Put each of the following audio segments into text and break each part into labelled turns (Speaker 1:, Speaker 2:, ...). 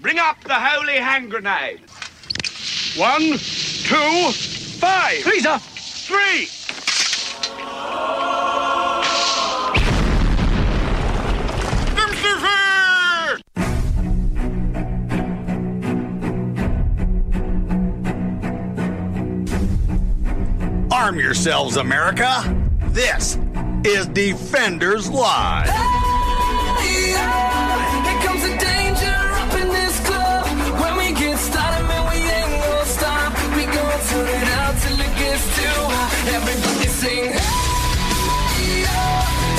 Speaker 1: Bring up the holy hand grenade. One, two, five,
Speaker 2: Freezer!
Speaker 1: three.
Speaker 3: Arm yourselves, America. This is Defenders Live.
Speaker 4: Here comes the danger up in this club. When we get started, man, we ain't gonna stop. We gonna turn it out till it gets too hot. Everybody sing. "Hey, yo."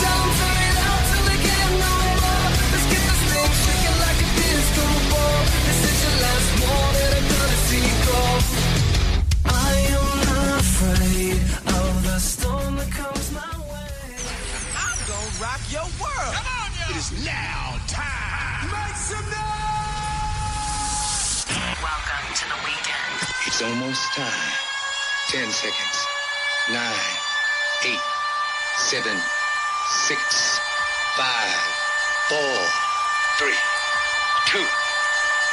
Speaker 4: Don't turn it out till it get no more. Let's get this thing shaking like a disco ball. This is your last war that I'm gonna see go. I am not afraid of the storm that comes my way.
Speaker 1: It is now time. Make some
Speaker 5: Welcome to the weekend.
Speaker 6: It's almost time. Ten seconds. Nine, eight, seven, six, five, four, three, two,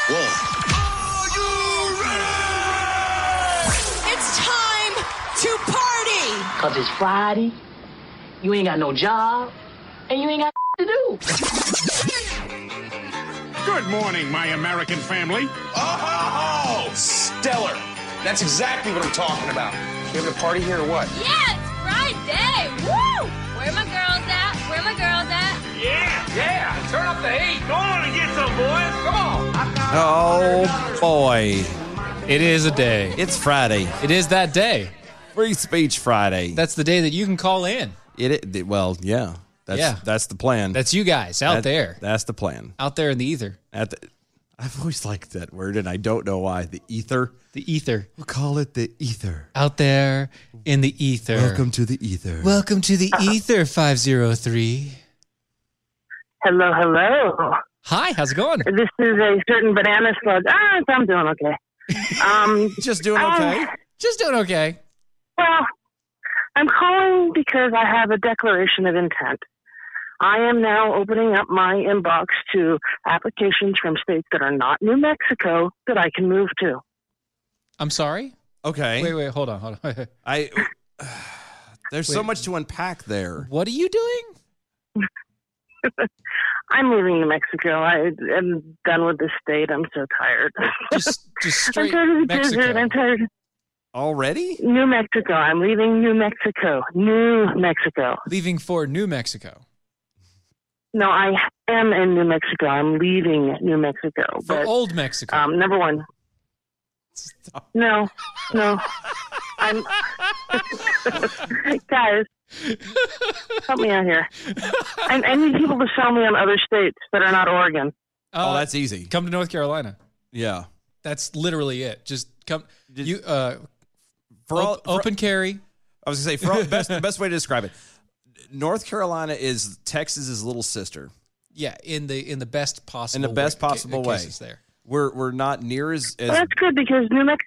Speaker 6: one.
Speaker 7: It's time to party.
Speaker 8: Cause it's Friday, you ain't got no job, and you ain't got to do.
Speaker 1: Good morning, my American family.
Speaker 9: Oh, stellar. That's exactly what I'm talking about. You having a party here or what?
Speaker 10: Yeah, it's Friday. Woo! Where my girls at? Where my girls at?
Speaker 9: Yeah, turn up the heat. Go on and get some, boys. Come on.
Speaker 2: Oh, boy.
Speaker 11: It is a day.
Speaker 2: It's Friday.
Speaker 11: It is that day.
Speaker 2: Free Speech Friday.
Speaker 11: That's the day that you can call in.
Speaker 2: It, it- well, yeah. That's,
Speaker 11: Yeah.
Speaker 2: That's the plan.
Speaker 11: That's you guys out
Speaker 2: That-
Speaker 11: there,
Speaker 2: That's the plan.
Speaker 11: out there in the ether,
Speaker 2: At the, I've always liked that word, and I don't know why. The ether.
Speaker 11: the ether,
Speaker 2: We'll call it the ether.
Speaker 11: out there in the ether.
Speaker 2: Welcome to the ether.
Speaker 11: Welcome to the ether. Five zero three.
Speaker 12: Hello, hello.
Speaker 11: Hi, how's it going?
Speaker 12: This is a certain banana slug. Ah, I'm doing okay. Um,
Speaker 2: Just doing
Speaker 12: Um,
Speaker 2: okay.
Speaker 11: Just doing okay.
Speaker 12: well, I'm calling because I have a declaration of intent. I am now opening up my inbox to applications from states that are not New Mexico that I can move to.
Speaker 11: I'm sorry.
Speaker 2: Okay.
Speaker 11: Wait, wait, hold on, hold on.
Speaker 2: I. There's so
Speaker 11: Wait.
Speaker 2: much to unpack there.
Speaker 11: what are you doing?
Speaker 12: I'm leaving New Mexico. I am done with this state. I'm so tired.
Speaker 11: Just, just
Speaker 12: I'm
Speaker 11: straight
Speaker 12: tired of the desert.
Speaker 11: Mexico.
Speaker 12: I'm tired.
Speaker 2: Already?
Speaker 12: New Mexico. I'm leaving New Mexico. New Mexico.
Speaker 11: Leaving for New Mexico.
Speaker 12: No, I am in New Mexico. I'm leaving New Mexico.
Speaker 11: For
Speaker 12: but
Speaker 11: old Mexico.
Speaker 12: um, number one, no, no, I'm guys. Help me out here. I, I need people to sell me on other states that are not Oregon.
Speaker 11: Uh,
Speaker 2: Oh, that's easy.
Speaker 11: come to North Carolina.
Speaker 2: Yeah.
Speaker 11: That's literally it. Just come.
Speaker 2: Just-
Speaker 11: you uh,
Speaker 2: For all,
Speaker 11: op-
Speaker 2: for-
Speaker 11: open carry.
Speaker 2: I was gonna say for all, best best way to describe it. North Carolina is Texas's little sister.
Speaker 11: Yeah, in the in the best possible
Speaker 2: best
Speaker 11: way, ca-
Speaker 2: possible way.
Speaker 11: cases there.
Speaker 2: We're we're not near as, as
Speaker 12: Well, that's good because New Mexico.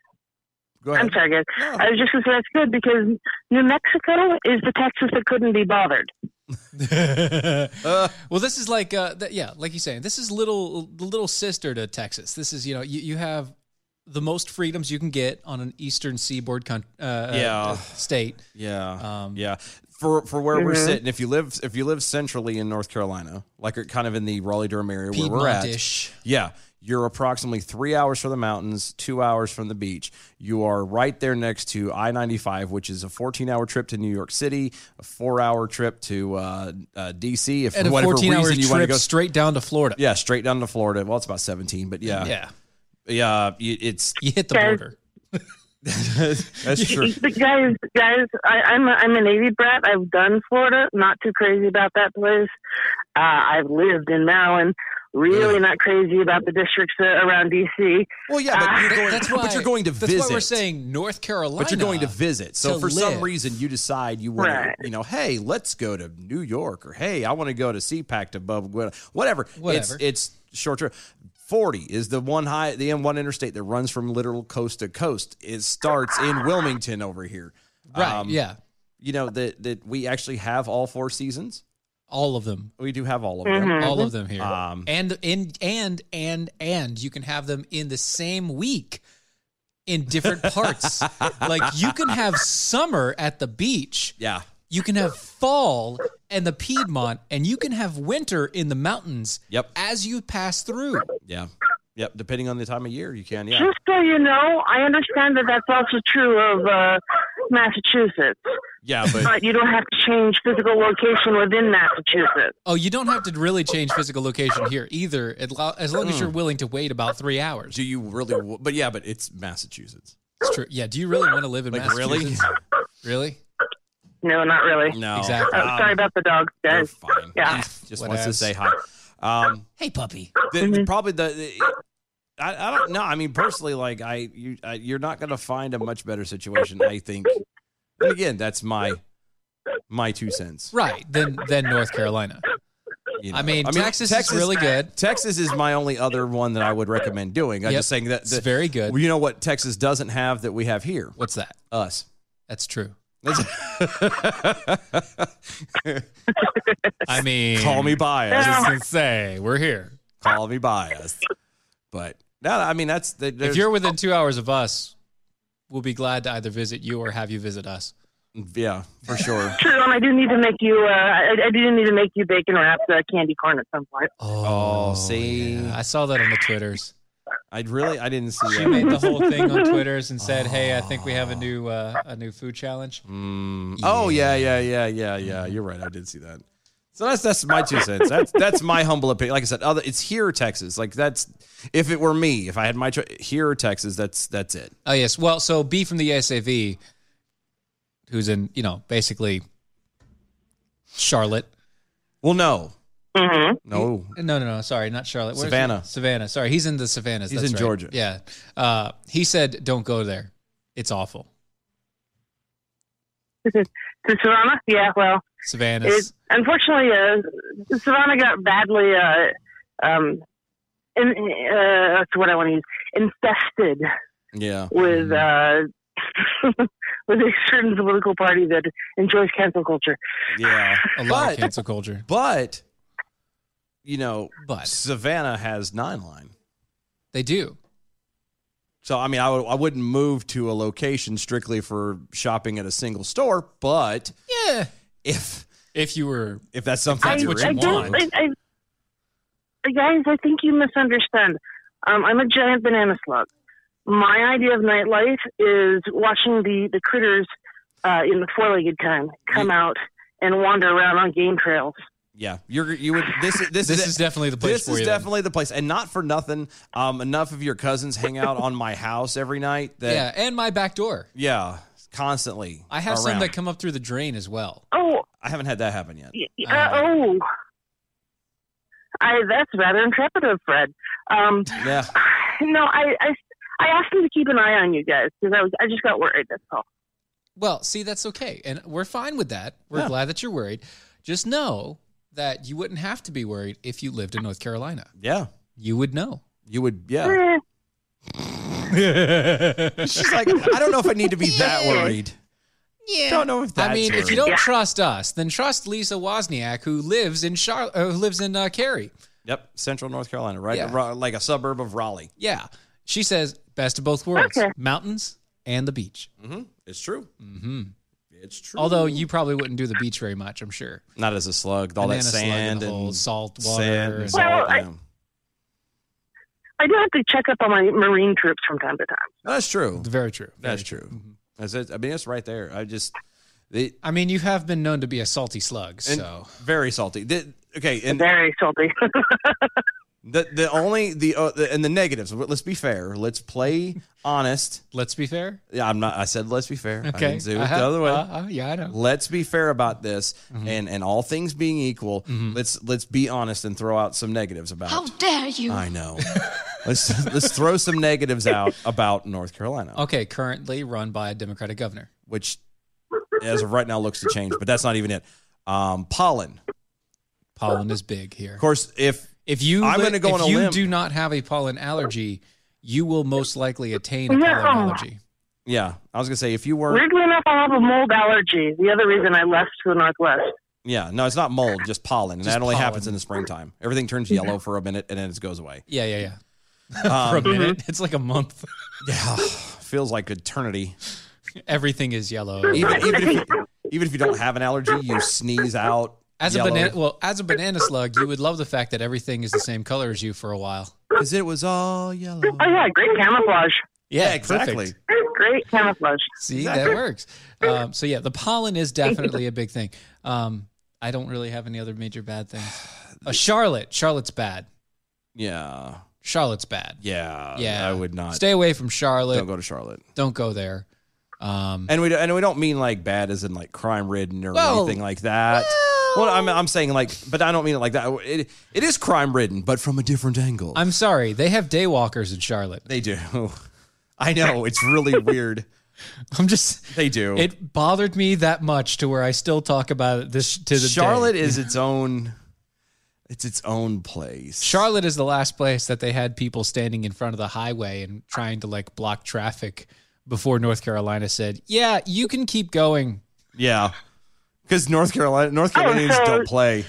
Speaker 2: go
Speaker 12: I'm
Speaker 2: ahead.
Speaker 12: sorry, guys. I was just going to say that's good because New Mexico is the Texas that couldn't be bothered.
Speaker 11: Well, this is like uh, th- yeah, like you're saying, this is little the little sister to Texas. This is you know you, you have the most freedoms you can get on an eastern seaboard con- uh, uh,
Speaker 2: Yeah.
Speaker 11: state.
Speaker 2: Yeah.
Speaker 11: Um, Mm-hmm.
Speaker 2: yeah. For for where we're sitting, if you live if you live centrally in North Carolina, like kind of in the Raleigh Durham area where we're at.
Speaker 11: Piedmontish.
Speaker 2: Yeah. You're approximately three hours from the mountains, two hours from the beach. You are right there next to I 95, which is a 14 hour trip to New York City, a four hour trip to uh, uh, DC. If
Speaker 11: And a
Speaker 2: for whatever
Speaker 11: 14 hour
Speaker 2: reason you want to
Speaker 11: trip
Speaker 2: go
Speaker 11: straight down to Florida.
Speaker 2: Yeah, straight down to Florida. Well, it's about 17, but yeah.
Speaker 11: yeah,
Speaker 2: Yeah, y- it's
Speaker 11: you hit the
Speaker 12: Guys,
Speaker 11: border.
Speaker 2: that's true.
Speaker 12: But guys, guys, I, I'm a, I'm a Navy brat. I've done Florida, not too crazy about that place. Uh, I've lived in Maryland, really
Speaker 2: Yeah.
Speaker 12: not crazy about the districts uh, around DC.
Speaker 2: Well, yeah, but you're going,
Speaker 11: That's why.
Speaker 2: but you're going to
Speaker 11: that's
Speaker 2: visit.
Speaker 11: why we're saying North Carolina.
Speaker 2: but you're going to visit. So
Speaker 11: to
Speaker 2: for some
Speaker 11: live.
Speaker 2: reason, you decide you want,
Speaker 12: Right.
Speaker 2: to, you know, hey, let's go to New York, or hey, I want to go to CPAC to Bubba Gwin, whatever.
Speaker 11: Whatever.
Speaker 2: It's it's short term. Forty is the one high, the M1 interstate that runs from literal coast to coast. It starts in Wilmington over here.
Speaker 11: right?
Speaker 2: Um,
Speaker 11: yeah,
Speaker 2: You know that that we actually have all four seasons.
Speaker 11: all of them.
Speaker 2: We do have all of them.
Speaker 11: All of them here.
Speaker 2: Um,
Speaker 11: and and and and and you can have them in the same week in different parts. like you can have summer at the beach.
Speaker 2: Yeah.
Speaker 11: You can have fall and the Piedmont and you can have winter in the mountains.
Speaker 2: Yep.
Speaker 11: As you pass through.
Speaker 2: Yeah. Yep. Depending on the time of year, you can. Yeah.
Speaker 12: Just so you know, I understand that that's also true of uh, Massachusetts,
Speaker 2: Yeah.
Speaker 12: but, you don't have to change physical location within Massachusetts.
Speaker 11: Oh, you don't have to really change physical location here either, as lo- as long as
Speaker 2: Mm.
Speaker 11: you're willing to wait about three hours.
Speaker 2: Do you really? w- But yeah, but it's Massachusetts.
Speaker 11: It's true. Yeah. Do you really want to live in
Speaker 2: Like, really?
Speaker 11: Massachusetts? Really?
Speaker 12: No, not really.
Speaker 2: No. Um,
Speaker 11: Exactly.
Speaker 12: Oh, sorry about the dog, guys. Yeah.
Speaker 2: Just
Speaker 11: What
Speaker 2: wants
Speaker 11: ass.
Speaker 2: to say hi. Um,
Speaker 11: Hey, puppy.
Speaker 2: the,
Speaker 12: Mm-hmm.
Speaker 2: the- probably the. the- I, I don't know. I mean, personally, like I, you, I, you're not going to find a much better situation. I think. And again, that's my, my two cents.
Speaker 11: Right. Then then North Carolina.
Speaker 2: you know.
Speaker 11: I mean, Texas is really good.
Speaker 2: Texas is my only other one that I would recommend doing. I'm
Speaker 11: Yep.
Speaker 2: just saying that
Speaker 11: It's very good.
Speaker 2: Well, you know what Texas doesn't have that we have here?
Speaker 11: What's that?
Speaker 2: Us.
Speaker 11: That's true.
Speaker 2: I
Speaker 11: mean,
Speaker 2: call me biased.
Speaker 11: I was gonna say we're here.
Speaker 2: Call me biased, but no, I mean that's the,
Speaker 11: If you're within two hours of us, we'll be glad to either visit you or have you visit us.
Speaker 2: Yeah, for sure.
Speaker 12: True, and I do need to make you. Uh, I, I do need to make you bacon wrapped uh, candy corn at some point.
Speaker 2: Oh, see,
Speaker 11: I saw that on the Twitters.
Speaker 2: I really I didn't see
Speaker 11: She
Speaker 2: that.
Speaker 11: made the whole thing on Twitters and said, "Hey, I think we have
Speaker 2: Ah.
Speaker 11: a new uh, a new food challenge."
Speaker 2: Mm. Oh yeah, yeah, yeah, yeah, yeah. You're right. I did see that. So that's that's my two cents. That's that's my humble opinion. Like I said, other it's here, Texas. Like that's if it were me, if I had my choice, here, Texas. That's that's it.
Speaker 11: Oh yes. Well, so B from the SAV, who's in you know basically Charlotte.
Speaker 2: Well, no,
Speaker 12: Mm-hmm.
Speaker 2: no.
Speaker 11: No, no, no. Sorry, not Charlotte. Where's
Speaker 2: Savannah.
Speaker 11: he? Savannah. Sorry, he's in the Savannahs.
Speaker 2: He's
Speaker 11: that's
Speaker 2: in
Speaker 11: right.
Speaker 2: Georgia.
Speaker 11: Yeah. Uh, he said, "Don't go there. It's awful."
Speaker 12: To Savannah, yeah. Well, it,
Speaker 11: Savannahs.
Speaker 12: unfortunately, uh, Savannah got badly. Uh, um, in, uh, that's what I want to use. Infested
Speaker 2: Yeah.
Speaker 12: with
Speaker 11: Mm.
Speaker 12: uh, with a certain political party that enjoys cancel culture.
Speaker 2: Yeah.
Speaker 11: a lot of
Speaker 2: But
Speaker 11: cancel culture.
Speaker 2: but you know,
Speaker 11: But.
Speaker 2: Savannah has nine line.
Speaker 11: They do.
Speaker 2: So I mean, I would I wouldn't move to a location strictly for shopping at a single store, but
Speaker 11: Yeah.
Speaker 2: if
Speaker 11: If you were
Speaker 2: if that's something
Speaker 11: That's
Speaker 2: you're
Speaker 11: what you
Speaker 2: into-
Speaker 11: want.
Speaker 12: I, I, I- guys, I think you misunderstand. Um, I'm a giant banana slug. My idea of nightlife is watching the the critters uh, in the four-legged kind come out and wander around on game trails.
Speaker 2: Yeah, you're you would this is this,
Speaker 11: This is definitely the place
Speaker 2: This
Speaker 11: for
Speaker 2: is
Speaker 11: you then.
Speaker 2: definitely the place, and not for nothing. Um, enough of your cousins hang out on my house every night.
Speaker 11: yeah,
Speaker 2: That
Speaker 11: and my back door.
Speaker 2: yeah, constantly.
Speaker 11: I have some
Speaker 2: around.
Speaker 11: that come up through the drain as well.
Speaker 12: Oh,
Speaker 2: I haven't had that happen yet.
Speaker 12: y- y- uh,
Speaker 11: Um,
Speaker 12: oh, I that's rather intrepid of Fred. Um,
Speaker 2: Yeah,
Speaker 12: no, I, I I asked him to keep an eye on you guys because I was I just got worried. That's all.
Speaker 11: Well, see, that's okay, and we're fine with that. We're
Speaker 2: Yeah.
Speaker 11: glad that you're worried. Just know that you wouldn't have to be worried if you lived in North Carolina.
Speaker 2: yeah.
Speaker 11: You would know.
Speaker 2: You would
Speaker 11: Oh.
Speaker 2: yeah.
Speaker 12: Eh,
Speaker 2: She's like, I don't know if I need to be that worried.
Speaker 11: Yeah.
Speaker 2: Don't know if that's.
Speaker 11: I mean, if you
Speaker 2: worried.
Speaker 11: don't trust us, then trust Lisa Wozniak, who lives in Char- uh, who lives in uh, Cary.
Speaker 2: Yep, Central North Carolina, right?
Speaker 11: Yeah.
Speaker 2: Ro- Like a suburb of Raleigh.
Speaker 11: Yeah, she says best of both worlds:
Speaker 12: Okay.
Speaker 11: mountains and the beach.
Speaker 2: Mm-hmm. It's true.
Speaker 11: Mm-hmm.
Speaker 2: It's true.
Speaker 11: Although you probably wouldn't do the beach very much, I'm sure.
Speaker 2: not as a slug, all
Speaker 11: Banana
Speaker 2: that
Speaker 11: slug
Speaker 2: sand
Speaker 11: the whole
Speaker 2: and
Speaker 11: salt water.
Speaker 2: sand and
Speaker 11: and-
Speaker 2: salt.
Speaker 12: Well, I-
Speaker 2: yeah.
Speaker 12: I do have to check up on my Marine troops from time to time.
Speaker 2: That's true.
Speaker 11: Very true. Mm-hmm.
Speaker 2: That's true. That's it. I mean, it's right there. I just it,
Speaker 11: I mean, you have been known to be a salty slug,
Speaker 2: and
Speaker 11: so
Speaker 2: very salty. The- okay, and
Speaker 12: Very salty.
Speaker 2: the the only the, uh, the and the negatives. but Let's be fair. Let's play honest.
Speaker 11: let's be fair.
Speaker 2: Yeah, I'm not. I said let's be fair. I
Speaker 11: Okay.
Speaker 2: didn't do it
Speaker 11: Uh-huh.
Speaker 2: the other way.
Speaker 11: Uh-huh. yeah, I know.
Speaker 2: Let's be fair about this,
Speaker 11: Mm-hmm.
Speaker 2: and and all things being equal, let's let's be honest and throw out some negatives about.
Speaker 7: How dare you?
Speaker 2: I know. let's let's throw some negatives out about North Carolina,
Speaker 11: Okay, currently run by a Democratic governor.
Speaker 2: which as of right now looks to change, but that's not even it. Um, pollen,
Speaker 11: Pollen is big here.
Speaker 2: of course. If
Speaker 11: If you
Speaker 2: I'm
Speaker 11: li-
Speaker 2: gonna go
Speaker 11: if
Speaker 2: on a
Speaker 11: you
Speaker 2: limb.
Speaker 11: do not have a pollen allergy, you will most likely attain a
Speaker 12: No.
Speaker 11: pollen allergy.
Speaker 2: yeah, I was gonna say if you were
Speaker 12: Weirdly enough, I have a mold allergy. The other reason I left the Northwest.
Speaker 2: Yeah, no, it's not mold, just pollen, and
Speaker 11: Just
Speaker 2: that only
Speaker 11: pollen.
Speaker 2: happens in the springtime. Everything turns yellow for a minute, and then it goes away.
Speaker 11: Yeah, yeah, yeah. For a
Speaker 2: Um,
Speaker 11: minute, it's like a month.
Speaker 2: Yeah, feels like eternity.
Speaker 11: Everything is yellow. E-
Speaker 2: Even, even, if you, even if you don't have an allergy, you sneeze out.
Speaker 11: As
Speaker 2: yellow.
Speaker 11: a banana, well, as a banana slug, you would love the fact that everything is the same color as you for a while.
Speaker 2: because it was all yellow.
Speaker 12: Oh yeah, great camouflage.
Speaker 11: Yeah,
Speaker 2: exactly.
Speaker 11: perfect.
Speaker 12: Great camouflage.
Speaker 11: See, that works. Um, so yeah, the pollen is definitely a big thing. Um, I don't really have any other major bad things. Uh, Charlotte, Charlotte's bad.
Speaker 2: Yeah,
Speaker 11: Charlotte's bad.
Speaker 2: yeah,
Speaker 11: Yeah.
Speaker 2: Uh, I would not.
Speaker 11: Stay away from Charlotte.
Speaker 2: Don't go to Charlotte.
Speaker 11: Don't go there. Um,
Speaker 2: And we don't- and we don't mean like bad as in like crime ridden or
Speaker 11: Well,
Speaker 2: anything like that. Well, I'm I'm saying like, but I don't mean it like that. It it is crime ridden, but from a different angle.
Speaker 11: I'm sorry, they have daywalkers in Charlotte.
Speaker 2: They do. I know it's really weird.
Speaker 11: I'm just.
Speaker 2: They do.
Speaker 11: It bothered me that much to where I still talk about it this to the
Speaker 2: Charlotte
Speaker 11: day.
Speaker 2: is its own. It's its own place.
Speaker 11: Charlotte is the last place that they had people standing in front of the highway and trying to like block traffic before North Carolina said, "Yeah, you can keep going."
Speaker 2: Yeah, because North Carolina North Carolinians
Speaker 12: so-
Speaker 2: don't play.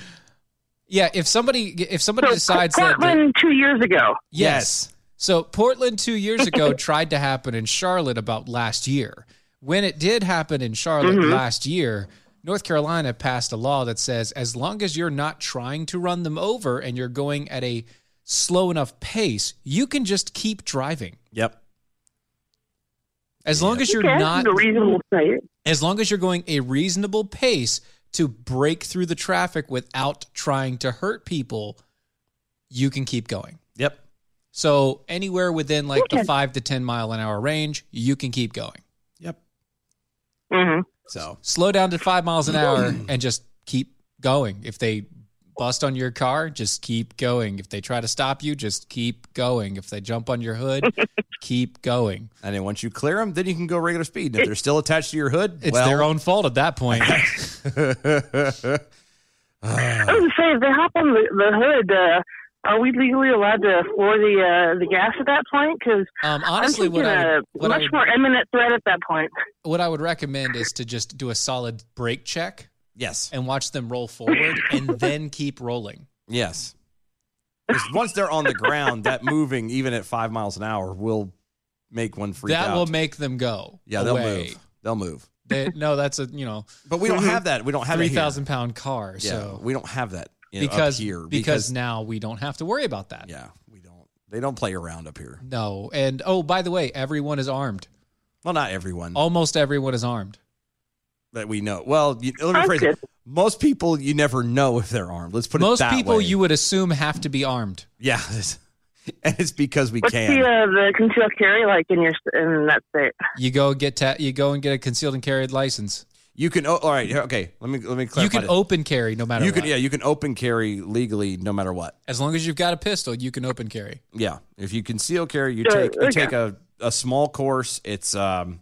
Speaker 11: Yeah, if somebody if somebody
Speaker 12: So,
Speaker 11: decides that the-
Speaker 12: Portland two years ago.
Speaker 11: yes. So Portland 2 years ago tried to happen in Charlotte about last year. When it did happen in Charlotte
Speaker 12: Mhm.
Speaker 11: last year, North Carolina passed a law that says as long as you're not trying to run them over and you're going at a slow enough pace, you can just keep driving.
Speaker 2: Yep.
Speaker 11: As long as you're
Speaker 12: Okay,
Speaker 11: not
Speaker 12: the reasonable place.
Speaker 11: as long as you're going a reasonable pace to break through the traffic without trying to hurt people, you can keep going.
Speaker 2: Yep.
Speaker 11: So anywhere within like the
Speaker 12: Okay.
Speaker 11: five to ten mile an hour range, you can keep going.
Speaker 12: Mm-hmm.
Speaker 2: So
Speaker 11: Slow down to five miles an hour and just keep going. If they bust on your car, just keep going. If they try to stop you, just keep going. If they jump on your hood, keep going.
Speaker 2: and then once you clear them, then you can go regular speed. And if they're still attached to your hood,
Speaker 11: It's
Speaker 2: well,
Speaker 11: their own fault at that point. Um,
Speaker 12: I was gonna say if they hop on the, the hood, uh, are we legally allowed to floor the uh, the gas at that point? Because
Speaker 11: Um, honestly,
Speaker 12: I'm
Speaker 11: what
Speaker 12: thinking
Speaker 11: I would-
Speaker 12: a
Speaker 11: what I
Speaker 12: much
Speaker 11: would-
Speaker 12: more imminent threat at that point.
Speaker 11: what I would recommend is to just do a solid brake check
Speaker 2: yes,
Speaker 11: and watch them roll forward and then keep rolling.
Speaker 2: yes. 'Cause once they're on the ground, that moving even at five miles an hour will make one freak
Speaker 11: that
Speaker 2: out.
Speaker 11: will make them go.
Speaker 2: yeah, they'll
Speaker 11: away.
Speaker 2: move. They'll move.
Speaker 11: They- no, that's a you know
Speaker 2: But we don't have that. We don't have it
Speaker 11: three
Speaker 2: here.
Speaker 11: thousand pound car.
Speaker 2: Yeah,
Speaker 11: So
Speaker 2: we don't have that you know, up
Speaker 11: because,
Speaker 2: here
Speaker 11: because now we don't have to worry about that.
Speaker 2: yeah, we don't. They don't play around up here.
Speaker 11: No, and oh by the way, everyone is armed.
Speaker 2: Well, not everyone
Speaker 11: Almost everyone is armed.
Speaker 2: that we know. Well, you, let me
Speaker 12: That's
Speaker 2: phrase it. Most people you never know if they're armed. Let's put
Speaker 11: Most
Speaker 2: it that
Speaker 11: people
Speaker 2: way.
Speaker 11: you would assume have to be armed.
Speaker 2: yeah, this- and it's because we
Speaker 12: What's
Speaker 2: can.
Speaker 12: the uh, the concealed carry like in your in that state?
Speaker 11: You go get ta- you go and get a concealed and carried license.
Speaker 2: You can. Oh, all right. here, Okay. Let me let me clarify.
Speaker 11: You can
Speaker 2: this.
Speaker 11: open carry no matter
Speaker 2: You
Speaker 11: what.
Speaker 2: can. Yeah. You can open carry legally, no matter what.
Speaker 11: As long as you've got a pistol, you can open carry.
Speaker 2: Yeah. If you conceal carry, you
Speaker 12: Sure,
Speaker 2: take you
Speaker 12: okay.
Speaker 2: take a, a small course. It's um,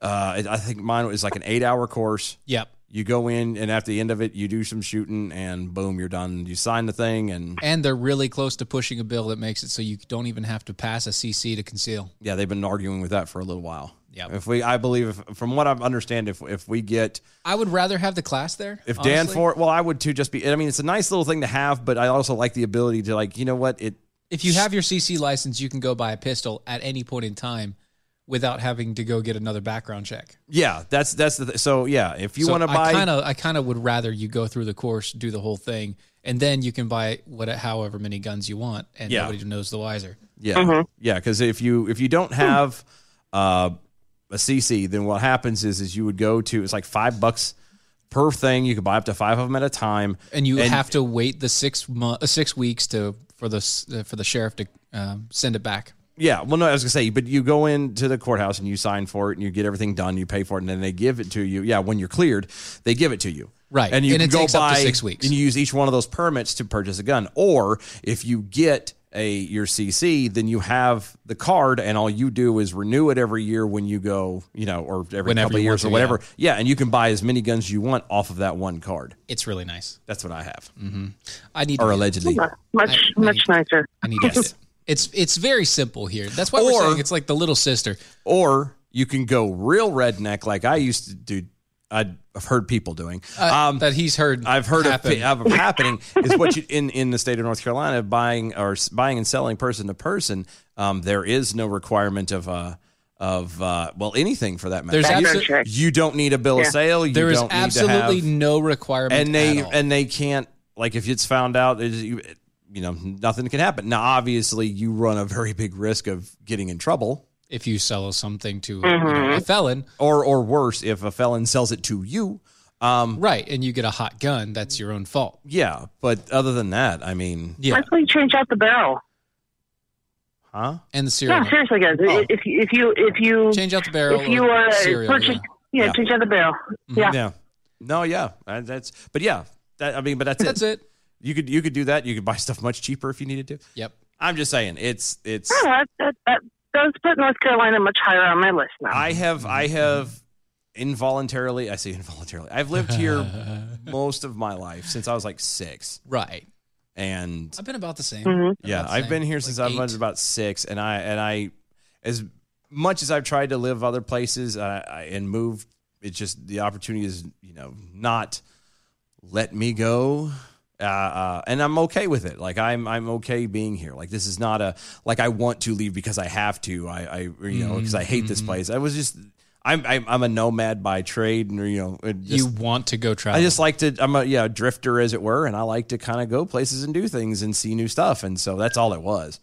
Speaker 2: uh, it- I think mine was like an eight hour course.
Speaker 11: Yep.
Speaker 2: You go in, and at the end of it, you do some shooting, and boom, you're done. You sign the thing, and
Speaker 11: And they're really close to pushing a bill that makes it so you don't even have to pass a CC to conceal.
Speaker 2: yeah, they've been arguing with that for a little while.
Speaker 11: Yep.
Speaker 2: If we, I believe, if, from what I understand, if if we get
Speaker 11: I would rather have the class there.
Speaker 2: If
Speaker 11: honestly.
Speaker 2: Danforth, well, I would too. Just be. I mean, it's a nice little thing to have, but I also like the ability to like, you know what? It
Speaker 11: if you have your CC license, you can go buy a pistol at any point in time without having to go get another background check.
Speaker 2: yeah, that's that's the th- so yeah. If you
Speaker 11: So
Speaker 2: want to buy,
Speaker 11: I kind of I kind of would rather you go through the course, do the whole thing, and then you can buy what however many guns you want, and
Speaker 2: Yeah.
Speaker 11: nobody knows the wiser.
Speaker 2: yeah, yeah, because if you if you don't have uh, a CC, then what happens is is you would go to it's like five bucks per thing. You could buy up to five of them at a time,
Speaker 11: And you have to wait the six mo- uh, six weeks to for the s- uh, for the sheriff to um, send it back.
Speaker 2: Yeah, well, no, I was gonna say, but you go into the courthouse and you sign for it and you get everything done, you pay for it, and then they give it to you. Yeah, when you're cleared, they give it to you.
Speaker 11: Right,
Speaker 2: and you
Speaker 11: and
Speaker 2: can
Speaker 11: it
Speaker 2: go
Speaker 11: takes
Speaker 2: buy
Speaker 11: up to six weeks.
Speaker 2: and you use each one of those permits to purchase a gun. Or if you get a your CC, then you have the card, and all you do is renew it every year when you go, you know, or every
Speaker 11: Whenever
Speaker 2: couple of
Speaker 11: you
Speaker 2: years
Speaker 11: want
Speaker 2: or
Speaker 11: to,
Speaker 2: whatever. Yeah. and you can buy as many guns as you want off of that one card.
Speaker 11: It's really nice.
Speaker 2: That's what I have,
Speaker 11: Mm-hmm. I need
Speaker 2: or
Speaker 11: to,
Speaker 2: allegedly.
Speaker 12: Uh, Much much nicer.
Speaker 11: I need to get it. It's it's very simple here. That's why we're
Speaker 2: Or-
Speaker 11: saying it's like the little sister.
Speaker 2: Or you can go real redneck like I used to do. I'd, I've heard people doing
Speaker 11: Uh, that he's heard.
Speaker 2: Um, I've heard
Speaker 11: happen.
Speaker 2: of, of happening is what you in in the state of North Carolina buying or s- buying and selling person to person. Um, there is no requirement of uh of uh well anything for that matter.
Speaker 11: There's
Speaker 2: you,
Speaker 11: Background abso- check.
Speaker 2: you don't need a bill of
Speaker 11: Yeah.
Speaker 2: sale. You
Speaker 11: There is
Speaker 2: don't need to
Speaker 11: absolutely
Speaker 2: have-
Speaker 11: no requirement
Speaker 2: and they
Speaker 11: at all.
Speaker 2: and they can't like if it's found out it- you, you know nothing can happen. Now obviously you run a very big risk of getting in trouble
Speaker 11: if you sell something to you know,
Speaker 12: Mm-hmm.
Speaker 2: Mhm.
Speaker 11: a felon
Speaker 2: or or worse if a felon sells it to you. Um,
Speaker 11: right, and you get a hot gun. That's your own fault.
Speaker 2: Yeah, but other than that, I mean,
Speaker 11: Yeah.
Speaker 12: Why don't you change out the barrel?
Speaker 2: huh?
Speaker 11: And the serial.
Speaker 12: No,
Speaker 11: number.
Speaker 12: seriously, guys.
Speaker 11: Oh.
Speaker 12: If you if you if you
Speaker 11: change out the barrel
Speaker 12: if you
Speaker 11: or
Speaker 12: uh,
Speaker 11: serial,
Speaker 12: purchase, yeah,
Speaker 2: yeah.
Speaker 12: change out the barrel.
Speaker 11: Mm-hmm.
Speaker 12: Yeah.
Speaker 2: No, yeah. Uh, That's but yeah. That, I mean, but that's it.
Speaker 11: That's it.
Speaker 2: You could you could do that. You could buy stuff much cheaper if you needed to.
Speaker 11: Yep.
Speaker 2: I'm just saying it's it's.
Speaker 12: I don't know, Oh, that, that, those put North Carolina much higher on my list now.
Speaker 2: I have I have involuntarily I say involuntarily. I've lived here most of my life since I was like six.
Speaker 11: Right.
Speaker 2: And
Speaker 11: I've been about the same.
Speaker 12: Mhm.
Speaker 2: yeah,
Speaker 11: About the
Speaker 2: I've
Speaker 11: same.
Speaker 2: been here since I was about six, and I and I as much as I've tried to live other places uh, I, and move, it's just the opportunity is you know not let me go. Uh, uh, and I'm okay with it. Like I'm, I'm okay being here. Like this is not a like I want to leave because I have to. I, I you know, because I hate this place. I was just, I'm, I'm, I'm a nomad by trade, and you know, it
Speaker 11: You
Speaker 2: just-
Speaker 11: want to go travel?
Speaker 2: I just like to. I'm a yeah drifter, as it were, and I like to kind of go places and do things and see new stuff, and so that's all it was.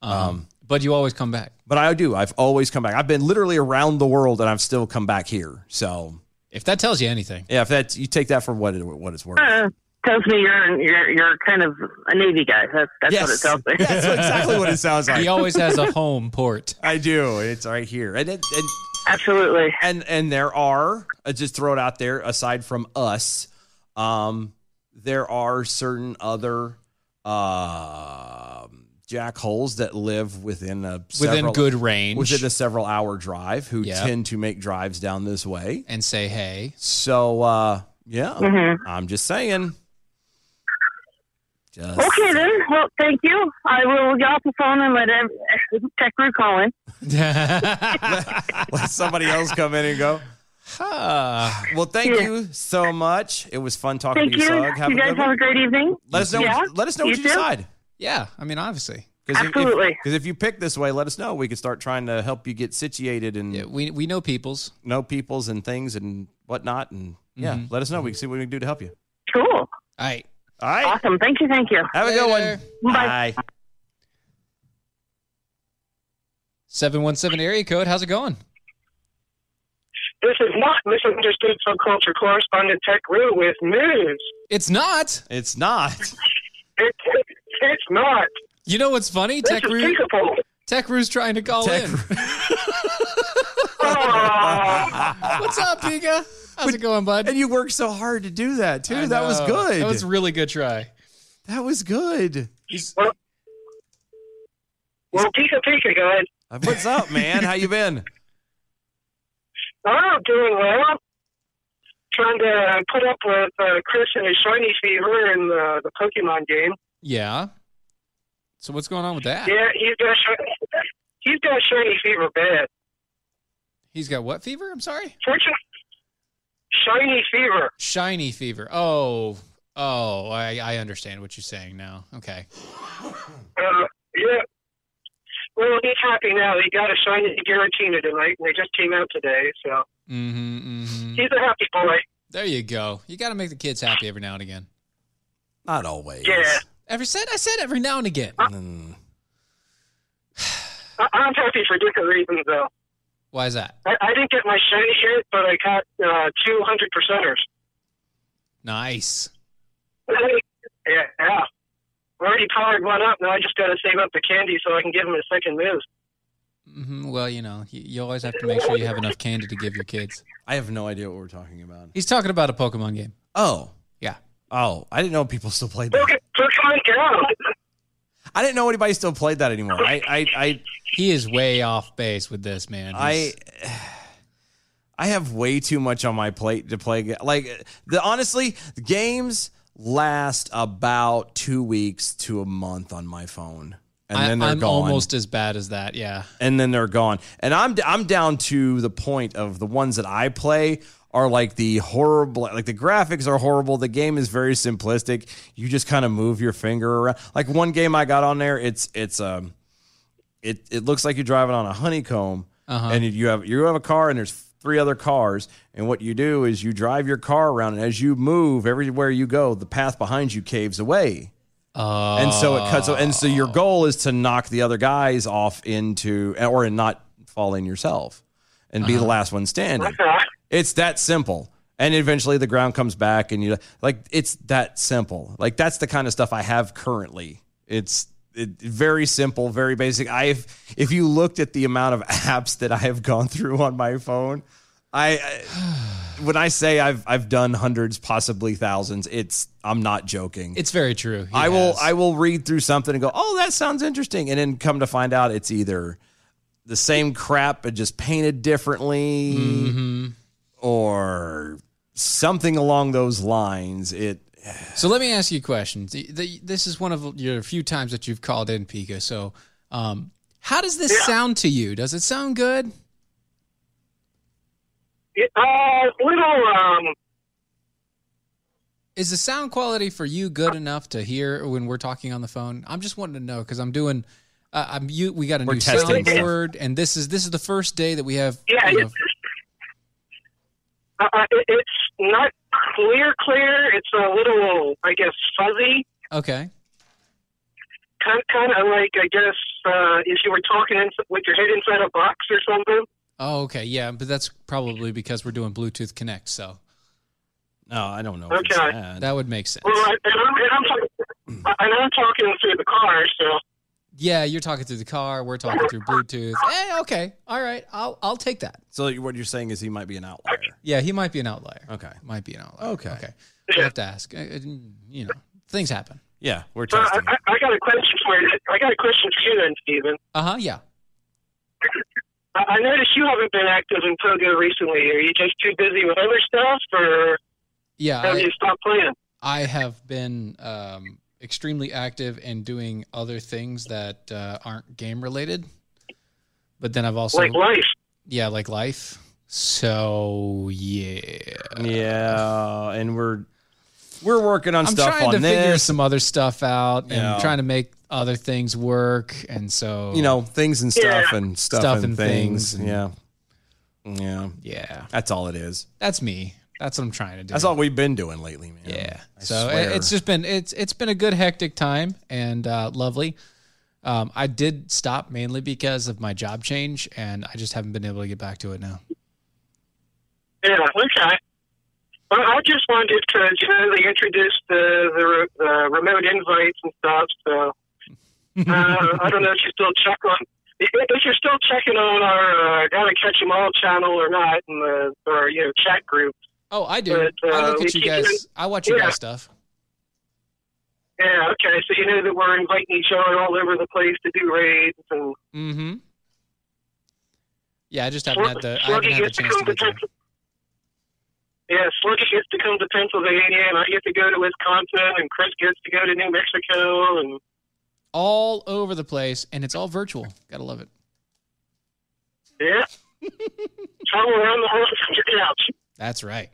Speaker 11: Um, but you always come back.
Speaker 2: But I do. I've always come back. I've been literally around the world, and I've still come back here. So
Speaker 11: if that tells you anything,
Speaker 2: yeah, if that's you take that for what it, what it's worth.
Speaker 12: Uh, tells me you're you're you're kind of a Navy guy. That's that's what it
Speaker 2: Yes.
Speaker 12: tells me.
Speaker 2: That's exactly what it sounds like.
Speaker 11: He always has a home port.
Speaker 2: I do. and It's right here, and it, and
Speaker 12: absolutely.
Speaker 2: And and there are I just throw it out there. Aside from us, um, there are certain other um jackholes that live within a
Speaker 11: Within good range.
Speaker 2: within a several hour drive who
Speaker 11: Yep.
Speaker 2: tend to make drives down this way
Speaker 11: and say hey.
Speaker 2: So uh, yeah,
Speaker 12: Mhm.
Speaker 2: I'm just saying. Just
Speaker 12: Okay then. Well, thank you. I will get off the phone and let ev- tech crew call in.
Speaker 2: let somebody else come in and go. Huh. Well, thank
Speaker 12: Yeah.
Speaker 2: you so much. It was fun talking
Speaker 12: Thank
Speaker 2: to you,
Speaker 12: you.
Speaker 2: Sug. Have
Speaker 12: you
Speaker 2: a
Speaker 12: guys
Speaker 2: good
Speaker 12: have
Speaker 2: one.
Speaker 12: a great evening.
Speaker 2: Let us know.
Speaker 12: Yeah.
Speaker 2: What, let us know
Speaker 12: You
Speaker 2: what you
Speaker 12: too.
Speaker 2: decide.
Speaker 11: Yeah, I mean, obviously,
Speaker 12: Absolutely.
Speaker 2: Because if, you pick this way, let us know. We can start trying to help you get situated and
Speaker 11: we we know peoples,
Speaker 2: know peoples and things and whatnot. And yeah,
Speaker 11: Mhm.
Speaker 2: let us know. We can see what we can do to help you.
Speaker 12: Cool. All
Speaker 11: All right.
Speaker 2: right.
Speaker 12: Awesome. Thank you. Thank you.
Speaker 2: Have a good one. Bye.
Speaker 11: Seven one seven area code. How's it going?
Speaker 13: This is not misunderstood subculture correspondent Tech Rue with news.
Speaker 11: It's not.
Speaker 2: It's not.
Speaker 13: It, it's not.
Speaker 11: You know what's funny?
Speaker 13: This
Speaker 11: Tech
Speaker 13: is
Speaker 11: Roo,
Speaker 13: Peekaboo.
Speaker 11: Tech Roo's trying to call
Speaker 13: Tech
Speaker 11: in.
Speaker 13: Oh.
Speaker 11: What's up, Pika? How's it going, bud?
Speaker 2: And you worked so hard to do that too.
Speaker 11: I
Speaker 2: that was
Speaker 11: know.
Speaker 2: good.
Speaker 11: That was a really good try.
Speaker 2: That was good.
Speaker 13: Well, well, Pika Pika, go ahead.
Speaker 2: Uh, What's up, man? How you been?
Speaker 13: Oh, doing well. Trying to put up with uh, Chris and his shiny fever in the, the Pokemon game.
Speaker 11: Yeah. So what's going on with that?
Speaker 13: Yeah, he's got shi- he's got shiny fever bad.
Speaker 11: He's got what fever? I'm sorry.
Speaker 13: Fortunately, shiny fever.
Speaker 11: Shiny fever. Oh, oh, I, I understand what you're saying now. Okay.
Speaker 13: Uh, yeah. Well, he's happy now. He got a shiny Giratina tonight, and they just came out today, so
Speaker 11: Mm-hmm, hmm
Speaker 13: he's a happy boy.
Speaker 11: There you go. You got to make the kids happy every now and again.
Speaker 2: Not always. Mm.
Speaker 13: Yeah.
Speaker 11: Every said I said every now and again.
Speaker 13: Uh. I- I'm happy for different reasons, though.
Speaker 11: Why is that?
Speaker 13: I, I didn't get my shiny yet, but I got uh, 200 percenters.
Speaker 11: Nice.
Speaker 13: yeah, yeah. I already powered one up. Now I just got to save up the candy so I can give him a second move.
Speaker 11: hmm Well, you know, you, you always have to make sure you have enough candy to give your kids.
Speaker 2: I have no idea what we're talking about.
Speaker 11: He's talking about a Pokemon game.
Speaker 2: Oh.
Speaker 11: Yeah.
Speaker 2: Oh, I didn't know people still played that.
Speaker 13: Pokemon Go.
Speaker 2: I didn't know anybody still played that anymore. I, I, I
Speaker 11: he is way off base with this man.
Speaker 2: I, I have way too much on my plate to play. Like the honestly, the games last about two weeks to a month on my phone, and
Speaker 11: I-
Speaker 2: then they're
Speaker 11: I'm
Speaker 2: gone.
Speaker 11: almost as bad as that. Yeah.
Speaker 2: and then they're gone. And I'm I'm down to the point of the ones that I play are like the horrible, like the graphics are horrible. The game is very simplistic. You just kind of move your finger around. Like one game I got on there, it's it's um, it it looks like you're driving on a honeycomb,
Speaker 11: Uh-huh.
Speaker 2: and you have you have a car, and there's three other cars, and what you do is you drive your car around, and as you move everywhere you go, the path behind you caves away. And so it
Speaker 11: Uh,
Speaker 2: cuts. And so your goal is to knock the other guys off into, or and not fall in yourself, and be the last one standing. It's that simple. And eventually the ground comes back, and you like it's that simple. Like that's the kind of stuff I have currently. It's it, very simple, very basic. I've if you looked at the amount of apps that I have gone through on my phone, I, I when I say I've I've done hundreds, possibly thousands. It's I'm not joking.
Speaker 11: It's very true. He
Speaker 2: I
Speaker 11: has.
Speaker 2: will I will read through something and go, oh, that sounds interesting, and then come to find out it's either the same crap but just painted differently, Mm-hmm. or something along those lines. It
Speaker 11: So let me ask you a question. The- the- This is one of your few times that you've called in, Pika. So, um, how does this sound to you? Does it sound good?
Speaker 13: It, uh, little, um,
Speaker 11: Is the sound quality for you good enough to hear when we're talking on the phone? I'm just wanting to know because I'm doing. Uh, I'm you. We got a
Speaker 2: We're
Speaker 11: new
Speaker 2: testing stuff.
Speaker 11: soundboard, and this is this is the first day that we have.
Speaker 13: yeah,
Speaker 11: you know,
Speaker 13: it's, uh, uh, it, it's not clear, clear. It's a little, I guess, fuzzy.
Speaker 11: okay.
Speaker 13: Kind, kind of like, I guess, uh, if you were talking in, with your head inside a box or something.
Speaker 11: Oh, okay. Yeah, but that's probably because we're doing Bluetooth Connect. So
Speaker 2: no, I don't know.
Speaker 13: if it's Okay. that.
Speaker 11: that would make sense.
Speaker 13: Well, I- and I'm, and I'm,
Speaker 11: Mm.
Speaker 13: talking, and I'm talking through the car, so.
Speaker 11: Yeah, you're talking through the car. We're talking through Bluetooth. Hey, okay, all right. I'll I'll take that.
Speaker 2: so what you're saying is he might be an outlier.
Speaker 11: Yeah, he might be an outlier.
Speaker 2: Okay,
Speaker 11: Might be an outlier.
Speaker 2: okay,
Speaker 11: Okay. We'll have to ask. Uh, uh, You know, things happen.
Speaker 2: yeah, we're
Speaker 13: So I,
Speaker 2: testing.
Speaker 13: I, I got a question for you. I got a question for you then, Stephen.
Speaker 11: Uh huh. Yeah.
Speaker 13: I, I noticed you haven't been active in Pogo recently. Are you just too busy with other stuff, or
Speaker 11: Yeah.
Speaker 13: have
Speaker 11: I-
Speaker 13: you stopped playing?
Speaker 11: I have been um, extremely active and doing other things that uh, aren't game related. But then I've also
Speaker 13: like life.
Speaker 11: yeah, like life. So yeah,
Speaker 2: yeah, and we're we're working on
Speaker 11: I'm
Speaker 2: stuff
Speaker 11: trying
Speaker 2: on
Speaker 11: to figure
Speaker 2: this.
Speaker 11: some other stuff out
Speaker 2: Yeah.
Speaker 11: and trying to make other things work. And so
Speaker 2: you know, things and stuff
Speaker 11: Yeah.
Speaker 2: and stuff,
Speaker 11: Stuff
Speaker 2: and,
Speaker 11: and
Speaker 2: things.
Speaker 11: things and-
Speaker 2: Yeah, yeah,
Speaker 11: yeah.
Speaker 2: That's all it is.
Speaker 11: That's me. That's what I'm trying to do.
Speaker 2: That's all we've been doing lately, man.
Speaker 11: Yeah.
Speaker 2: I
Speaker 11: so
Speaker 2: swear.
Speaker 11: it- it's just been it's it's been a good hectic time and uh, lovely. Um, I did stop mainly because of my job change, and I just haven't been able to get back to it now.
Speaker 13: Yeah, okay. Well, I just wondered because you know they introduced the the, re- the uh, remote invites and stuff. So uh, I don't know if you still check on if if you're still checking on our uh, gotta catch 'em all channel or not in the or you know chat group.
Speaker 11: Oh, I do.
Speaker 13: But,
Speaker 11: I
Speaker 13: uh,
Speaker 11: look
Speaker 13: we
Speaker 11: at you
Speaker 13: keep
Speaker 11: guys.
Speaker 13: doing-
Speaker 11: I watch you
Speaker 13: Yeah.
Speaker 11: guys stuff.
Speaker 13: Yeah, okay. So you know that we're inviting each other all over the place to do raids and
Speaker 11: Mm-hmm. Yeah, I just haven't had the I haven't
Speaker 13: Sluggy
Speaker 11: had the
Speaker 13: gets to
Speaker 11: chance to
Speaker 13: come to
Speaker 11: get to. it.
Speaker 13: Pennsylvania. Yeah, Sluggy gets to come to Pennsylvania, and I get to go to Wisconsin, and Chris gets to go to New Mexico, and
Speaker 11: All over the place, and it's all virtual. Gotta love it.
Speaker 13: yeah, travel around the world from your couch.
Speaker 11: That's right.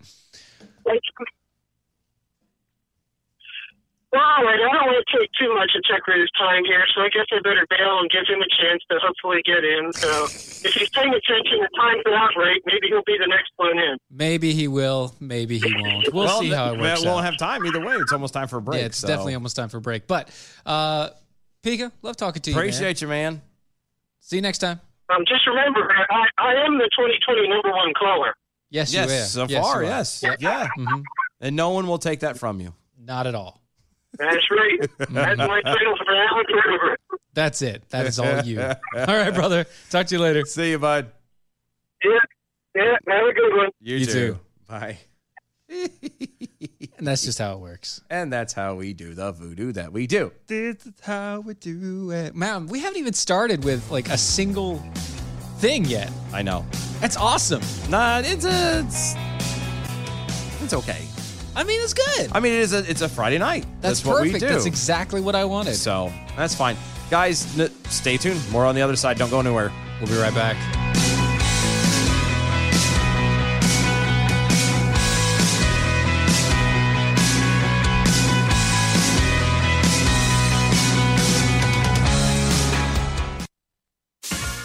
Speaker 13: Well, all right, I don't want to take too much of Tech Raider's time here, so I guess I better bail and give him a chance to hopefully get in. So if he's paying attention to time's out right, maybe he'll be the next one in.
Speaker 11: Maybe he will. Maybe he won't. We'll see how it
Speaker 2: we
Speaker 11: works.
Speaker 2: won't
Speaker 11: out.
Speaker 2: have time either way. It's almost time for a break.
Speaker 11: yeah, it's
Speaker 2: so.
Speaker 11: definitely almost time for a break. But uh Pika, love talking to you. man.
Speaker 2: appreciate you, man.
Speaker 11: See you next time.
Speaker 13: Um, just remember, I, I am the 2020 number one caller.
Speaker 11: Yes, you
Speaker 2: yes,
Speaker 11: will.
Speaker 2: so
Speaker 11: Yes,
Speaker 2: far,
Speaker 11: you are.
Speaker 2: yes,
Speaker 11: Yep.
Speaker 2: yeah,
Speaker 11: Mhm.
Speaker 2: and no one will take that from you.
Speaker 11: Not at all.
Speaker 13: That's right. That's my title for Alan Forever.
Speaker 11: That's it. That is all you. all right, brother. Talk to you later.
Speaker 2: See you, bud.
Speaker 13: Yeah, yeah, have a good one.
Speaker 2: You,
Speaker 11: You
Speaker 2: too.
Speaker 11: too.
Speaker 2: Bye.
Speaker 11: And that's just how it works.
Speaker 2: And that's how we do the voodoo that we do.
Speaker 11: This is how we do it. Man, we haven't even started with like a single thing yet.
Speaker 2: I know.
Speaker 11: That's awesome.
Speaker 2: Nah, it's a, it's it's okay.
Speaker 11: I mean, it's good.
Speaker 2: I mean, it is a it's a Friday night.
Speaker 11: That's,
Speaker 2: That's, what we
Speaker 11: perfect.
Speaker 2: do.
Speaker 11: That's exactly what I wanted.
Speaker 2: so that's fine, guys. N- stay tuned. More on the other side. Don't go anywhere.
Speaker 11: We'll be right back.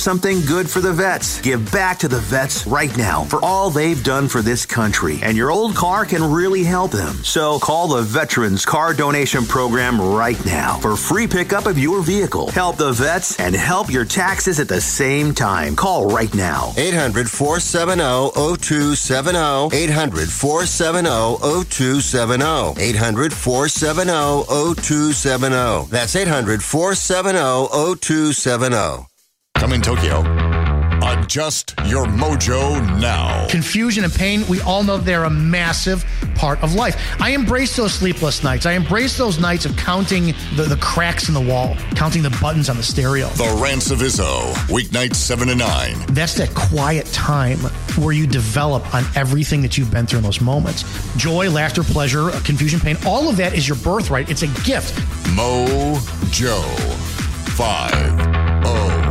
Speaker 3: something good for the vets. Give back to the vets right now for all they've done for this country. And your old car can really help them. So call the Veterans Car Donation Program right now for free pickup of your vehicle. Help the vets and help your taxes at the same time. Call right now.
Speaker 14: 800 470 0270. 800 470 0270. 800 470 0270. That's 800 470 0270.
Speaker 15: Come in Tokyo. Adjust your mojo now.
Speaker 16: Confusion and pain, we all know they're a massive part of life. I embrace those sleepless nights. I embrace those nights of counting the, the cracks in the wall, counting the buttons on the stereo.
Speaker 15: The Rancevizo, weeknights 7 to 9.
Speaker 16: That's that quiet time where you develop on everything that you've been through in those moments. Joy, laughter, pleasure, confusion, pain, all of that is your birthright. It's a gift.
Speaker 15: Mojo 5 0.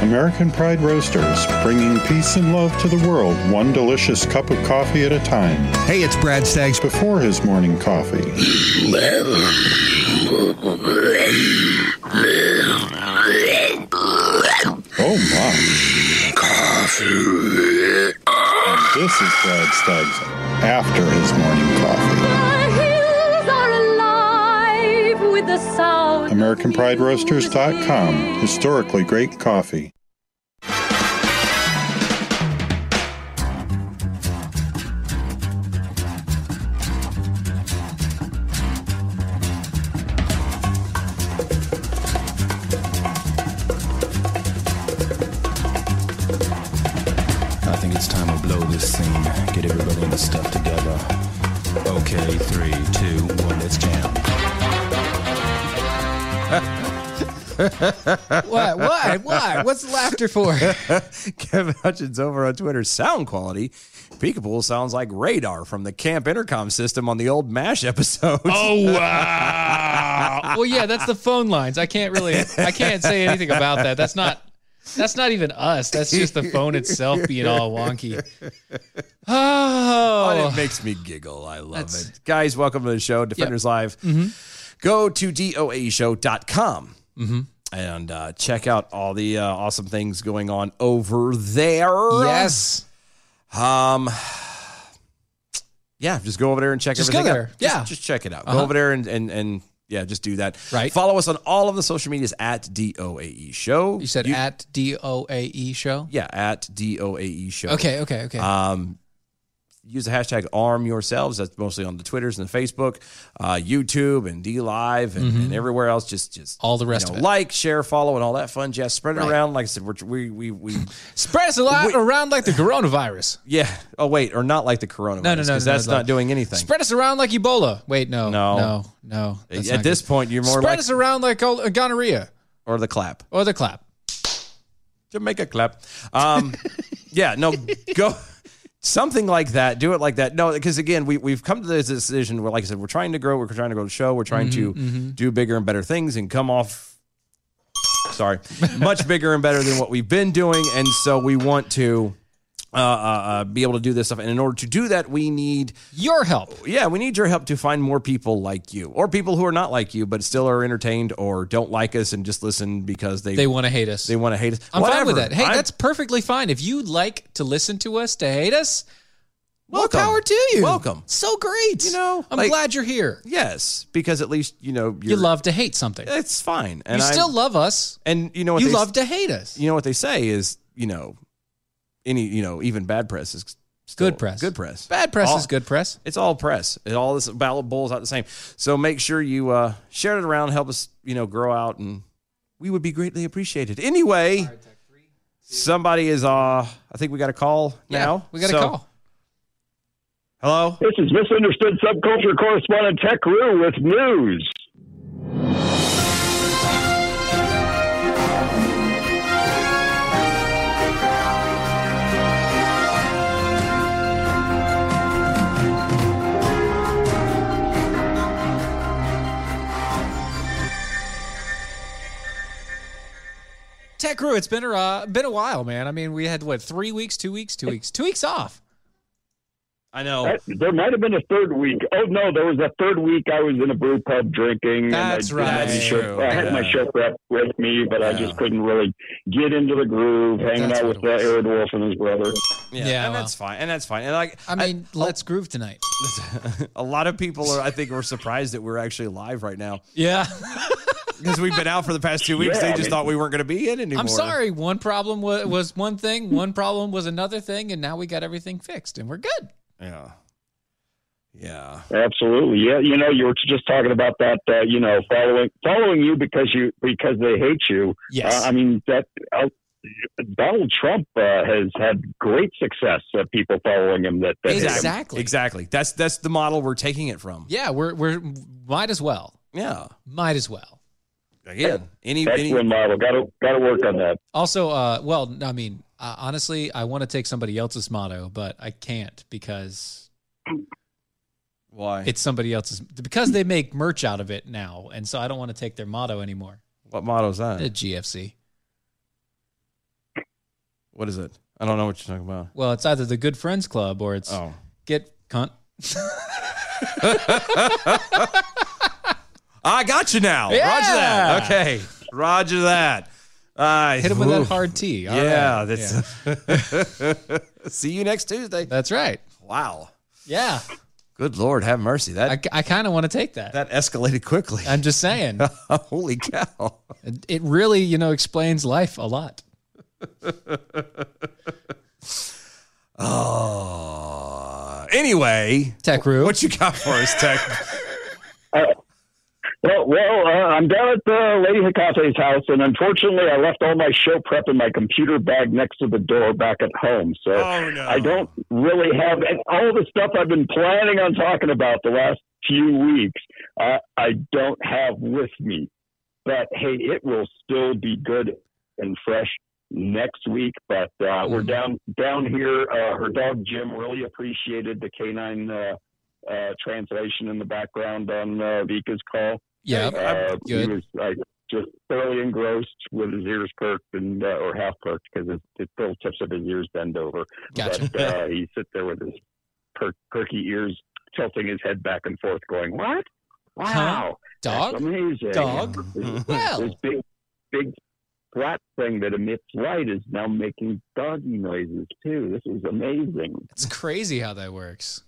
Speaker 17: American Pride Roasters, bringing peace and love to the world, one delicious cup of coffee at a time. Hey, it's Brad Staggs. Before his morning coffee. Oh my. Coffee. And this is Brad Staggs after his morning coffee. AmericanPrideRoasters.com. Historically great coffee.
Speaker 18: I think it's time we blow this scene. Get everybody in the stuff together. Okay, three, two, one, let's jam.
Speaker 11: Why? Why? Why? What's the laughter for?
Speaker 2: Kevin Hutchins over on Twitter. Sound quality. Peekaboo sounds like radar from the camp intercom system on the old MASH episode.
Speaker 11: Oh, wow. well, yeah, that's the phone lines. I can't really, I can't say anything about that. That's not, that's not even us. That's just the phone itself being all wonky.
Speaker 2: Oh,
Speaker 11: Oh,
Speaker 2: it makes me giggle. I love
Speaker 11: That's- Mm-hmm.
Speaker 2: it. Guys, welcome to the show, Defenders Live. Go to doaeshow.com
Speaker 11: Mhm.
Speaker 2: and uh, check out all the uh, awesome things going on over there.
Speaker 11: Oh. yes.
Speaker 2: Um, yeah, just go over there and check
Speaker 11: Just go
Speaker 2: everything
Speaker 11: there.
Speaker 2: out. Just-
Speaker 11: Yeah.
Speaker 2: Just, check it out. Go
Speaker 11: Uh-huh.
Speaker 2: over there and, and, and yeah, just do that. Right. Follow us on all of the social medias at DOAE E Show. You
Speaker 11: said at DOAE E show?
Speaker 2: Yeah, at DOAE E Show.
Speaker 11: Okay, okay, okay.
Speaker 2: Um, use the hashtag arm yourselves. That's mostly on the Twitters and the Facebook, uh, YouTube and D Live and,
Speaker 11: Mhm.
Speaker 2: and everywhere else. Just just
Speaker 11: all the rest
Speaker 2: you know,
Speaker 11: of it.
Speaker 2: like, share, follow, and all that fun jazz. Spread it
Speaker 11: Right.
Speaker 2: around. Like I said, we're, we we we
Speaker 11: Spread us a lot
Speaker 2: Wait.
Speaker 11: around like the coronavirus.
Speaker 2: yeah. Oh wait, or not like the coronavirus.
Speaker 11: No, no, no,
Speaker 2: 'cause
Speaker 11: no,
Speaker 2: that's
Speaker 11: no.
Speaker 2: not doing anything.
Speaker 11: Spread us around like Ebola. Wait, no,
Speaker 2: No.
Speaker 11: no, no. that's
Speaker 2: At
Speaker 11: not
Speaker 2: this
Speaker 11: good.
Speaker 2: point, you're more
Speaker 11: spread
Speaker 2: like
Speaker 11: us around like all, uh, gonorrhea
Speaker 2: or the clap.
Speaker 11: or the clap.
Speaker 2: Jamaica clap. Um, yeah, no, go something like that. Do it like that. No, because again, we we've come to this decision where, like I said, we're trying to grow. We're trying to grow the show. We're trying to
Speaker 11: Mhm, mhm.
Speaker 2: do bigger and better things and come off. Sorry, much bigger and better than what we've been doing, and so we want to uh, uh, uh, be able to do this stuff. And in order to do that, we need
Speaker 11: your help.
Speaker 2: Yeah, we need your help to find more people like you, or people who are not like you but still are entertained or don't like us and just listen because they
Speaker 11: They wanna hate us.
Speaker 2: They want to hate us.
Speaker 11: I'm fine with
Speaker 2: Whatever.
Speaker 11: that. Hey,
Speaker 2: I'm-
Speaker 11: that's perfectly fine. If you like to listen to us, to hate us,
Speaker 2: Welcome.
Speaker 11: more power to you.
Speaker 2: Welcome.
Speaker 11: So great. You
Speaker 2: know,
Speaker 11: I'm
Speaker 2: like-
Speaker 11: glad you're here.
Speaker 2: Yes, because at least you know
Speaker 11: You love to hate something.
Speaker 2: It's fine.
Speaker 11: you
Speaker 2: I'm-
Speaker 11: still love us.
Speaker 2: and you know what
Speaker 11: you
Speaker 2: they-
Speaker 11: love to hate us.
Speaker 2: You know what they say is you know any you know even bad press is still
Speaker 11: Good press.
Speaker 2: Good press.
Speaker 11: Bad press
Speaker 2: All-
Speaker 11: is good press.
Speaker 2: It's all press. It all this ballot bowls out the same. So make sure you uh, share it around. Help us you know grow out, and we would be greatly appreciated. Anyway, somebody is uh I think we got a call now.
Speaker 11: we got a
Speaker 2: So-
Speaker 11: call.
Speaker 2: Hello.
Speaker 19: This is misunderstood subculture correspondent Tech Rue with news.
Speaker 11: Tech Crew, it's been a uh, been a while, man. I mean, we had what three weeks, two weeks, two weeks, two weeks off.
Speaker 2: I know.
Speaker 19: That- there might have been a third week. Oh no, there was a third week. I was in a brew pub drinking.
Speaker 11: That's
Speaker 19: and I, didn't have
Speaker 11: right.
Speaker 19: any show-
Speaker 11: True.
Speaker 19: I had my
Speaker 11: Yeah.
Speaker 19: show prep with me, but I just couldn't really get into the groove, hanging
Speaker 11: That's
Speaker 19: out with uh, Aaron Wolf and his brother.
Speaker 2: Yeah, and that's fine. And that's fine. And like,
Speaker 11: I mean, let's groove tonight.
Speaker 2: a lot of people are, I think, were surprised that we're actually live right now
Speaker 11: Yeah.
Speaker 2: because we've been out for the past two weeks.
Speaker 11: Yeah,
Speaker 2: they
Speaker 11: I
Speaker 2: just
Speaker 11: mean-
Speaker 2: thought we weren't going to be in anymore.
Speaker 11: I'm sorry. One problem was, was one thing. One problem was another thing, and now we got everything fixed, and we're good.
Speaker 2: Yeah. Yeah.
Speaker 19: Absolutely. Yeah. You know, you were just talking about that. Uh, you know, following following you because you because they hate you.
Speaker 11: Yes.
Speaker 19: Uh, I mean that. Uh, Donald Trump uh, has had great success of people following him. That, that hate him.
Speaker 2: Exactly. That's that's the model we're taking it from.
Speaker 11: Yeah, we're we're might as well.
Speaker 2: Yeah.
Speaker 11: Might as well.
Speaker 2: Again, any
Speaker 19: That's
Speaker 2: any
Speaker 19: one model. Got to got to work on that.
Speaker 11: Also, uh, well, I mean, uh, honestly, I want to take somebody else's motto, but I can't because
Speaker 2: why
Speaker 11: it's somebody else's because they make merch out of it now, and so I don't want to take their motto anymore.
Speaker 2: What motto is that?
Speaker 11: The GFC.
Speaker 2: What is it? I don't know what you're talking about.
Speaker 11: Well, it's either the Good Friends Club or it's
Speaker 2: Oh.
Speaker 11: get cunt.
Speaker 2: I got you now. Roger that.
Speaker 11: Yeah.
Speaker 2: Okay. Roger that. Uh,
Speaker 11: Hit him with that
Speaker 2: oof.
Speaker 11: hard T. All right.
Speaker 2: yeah. That's, See you next Tuesday.
Speaker 11: That's right.
Speaker 2: Wow.
Speaker 11: Yeah.
Speaker 2: Good Lord, have mercy. That
Speaker 11: I, I kind of want to take that.
Speaker 2: that escalated quickly.
Speaker 11: I'm just saying.
Speaker 2: Holy cow.
Speaker 11: It- It really, you know, explains life a lot.
Speaker 2: Oh. Anyway,
Speaker 11: Tech Roo,
Speaker 2: what you got for us, Tech?
Speaker 19: Well, well uh, I'm down at uh, Lady Hikate's house, and unfortunately, I left all my show prep in my computer bag next to the door back at home. So
Speaker 2: Oh,
Speaker 19: I don't really have and all the stuff I've been planning on talking about the last few weeks. Uh, I don't have with me, but hey, it will still be good and fresh next week. But uh, we're down down here. Uh, her dog Jim really appreciated the canine. Uh, uh, translation in the background on uh, Vika's call.
Speaker 11: Yeah,
Speaker 19: uh,
Speaker 11: I'm
Speaker 19: he
Speaker 11: good.
Speaker 19: was like just thoroughly engrossed with his ears perked and uh, or half perked because his, his little tips of his ears bend over.
Speaker 11: Gotcha.
Speaker 19: But uh, he sits there with his per- perky ears tilting his head back and forth, going, "What? Wow,
Speaker 11: Dog?
Speaker 19: That's amazing.
Speaker 11: Dog?
Speaker 19: This,
Speaker 11: Well.
Speaker 19: this big, big flat thing that emits light is now making doggy noises too. This is amazing."
Speaker 11: It's crazy how that works.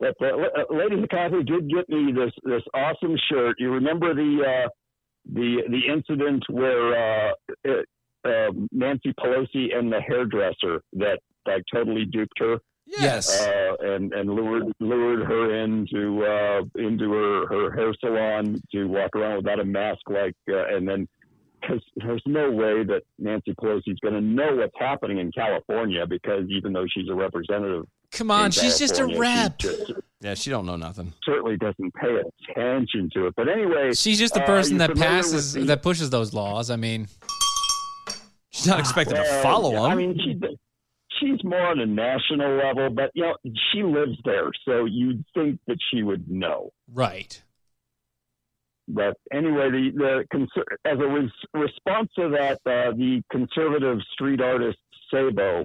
Speaker 19: But uh, La- Lady Hikatu did get me this this awesome shirt. You remember the uh, the the incident where uh, it, um Nancy Pelosi and the hairdresser that like totally duped her.
Speaker 11: Yes.
Speaker 19: Uh, and and lured lured her into uh, into her, her hair salon to walk around without a mask, like uh, and then because there's no way that Nancy Pelosi's going to know what's happening in California because even though she's a representative,
Speaker 11: Come on,
Speaker 19: in
Speaker 11: she's just a
Speaker 19: California, she
Speaker 11: rep.
Speaker 19: just
Speaker 2: Yeah, she don't know nothing.
Speaker 19: certainly doesn't pay attention to it. But anyway,
Speaker 11: She's just the
Speaker 19: uh,
Speaker 11: person
Speaker 19: you're
Speaker 11: that
Speaker 19: familiar with
Speaker 11: passes
Speaker 19: the-
Speaker 11: that pushes those laws. I mean, she's not expected
Speaker 19: Well,
Speaker 11: to follow
Speaker 19: yeah,
Speaker 11: them.
Speaker 19: I mean, she's she's more on a national level, but you know, she lives there, so you'd think that she would know.
Speaker 11: right.
Speaker 19: But anyway, the, the conser- as a res- response to that, uh, the conservative street artist Sabo,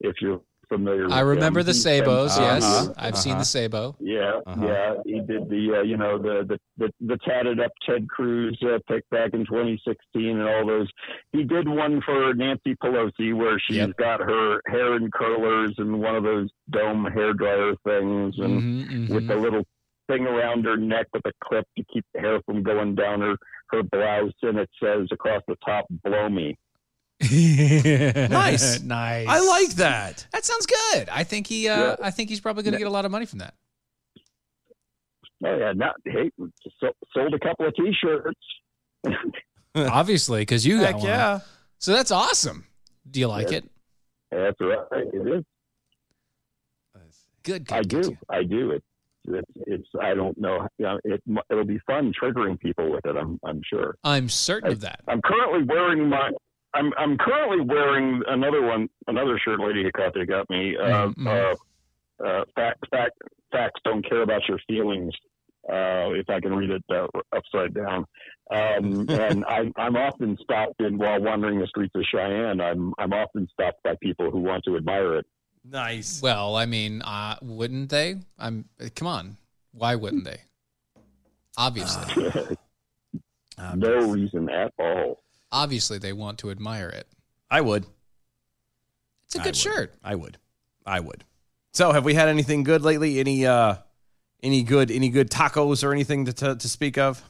Speaker 19: if you're familiar,
Speaker 11: I
Speaker 19: with
Speaker 11: remember
Speaker 19: him,
Speaker 11: the
Speaker 19: he spent-
Speaker 11: Sabos. Yes,
Speaker 19: Uh-huh,
Speaker 11: I've seen the
Speaker 19: uh-huh.
Speaker 11: Sabo.
Speaker 19: Yeah,
Speaker 11: Uh-huh.
Speaker 19: yeah. He did the uh, you know the the the, the tatted up Ted Cruz uh, pick back in 2016 and all those. He did one for Nancy Pelosi where she's got her hair in curlers and one of those dome hair dryer things and
Speaker 11: Mm-hmm,
Speaker 19: with the little thing around her neck with a clip to keep the hair from going down her her blouse and it says across the top blow me.
Speaker 11: nice, nice.
Speaker 2: I like that.
Speaker 11: That sounds good. I think he. Uh, I think he's probably going to get a lot of money from that.
Speaker 19: Oh yeah, not hey, so, sold a couple of t-shirts.
Speaker 11: Obviously, because you got
Speaker 19: Heck
Speaker 11: one.
Speaker 19: yeah.
Speaker 11: So that's awesome. Do you like
Speaker 19: Yeah.
Speaker 11: it?
Speaker 19: That's right. It is
Speaker 11: Good.
Speaker 19: I do. I do. It, it's, it's. I don't know. You know, It. It'll be fun triggering people with it. I'm. I'm sure.
Speaker 11: I'm certain of that.
Speaker 19: I'm currently wearing my. I'm. I'm currently wearing another one. Another shirt, Lady Hikate got me. Uh,
Speaker 11: Mhm, mhm.
Speaker 19: uh, uh, fact, fact, facts don't care about your feelings. uh, if I can read it uh, upside down. Um, and I, I'm often stopped in while wandering the streets of Cheyenne. I'm I'm often stopped by people who want to admire it.
Speaker 2: Nice.
Speaker 11: Well, I mean, uh, wouldn't they? I'm. uh, Come on. Why wouldn't they? Obviously.
Speaker 19: no reason at all.
Speaker 11: Obviously, they want to admire it.
Speaker 2: I would.
Speaker 11: It's a good shirt.
Speaker 2: I would. I would. So, have we had anything good lately? Any uh any good any good tacos or anything to to, to speak of?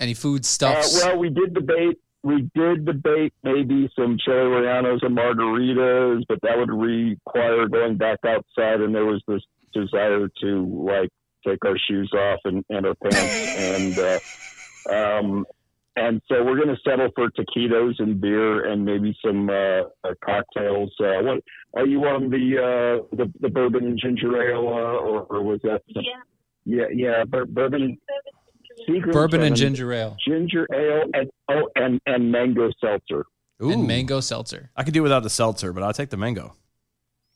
Speaker 11: Any food
Speaker 19: Uh, well, we did debate. We did debate maybe some chili rellenos and margaritas, but that would require going back outside, and there was this desire to like take our shoes off and, and our pants, and uh, um, and so we're going to settle for taquitos and beer, and maybe some uh, uh, cocktails. Uh, what are you on the uh, the, the bourbon ginger ale, uh, or, or was that? Yeah, yeah, bur- bourbon. Seagram's
Speaker 11: Bourbon and
Speaker 19: bourbon
Speaker 11: ginger ale.
Speaker 19: ginger ale and oh and and mango seltzer.
Speaker 11: And mango seltzer.
Speaker 2: I could do without the seltzer, but I'll take the mango.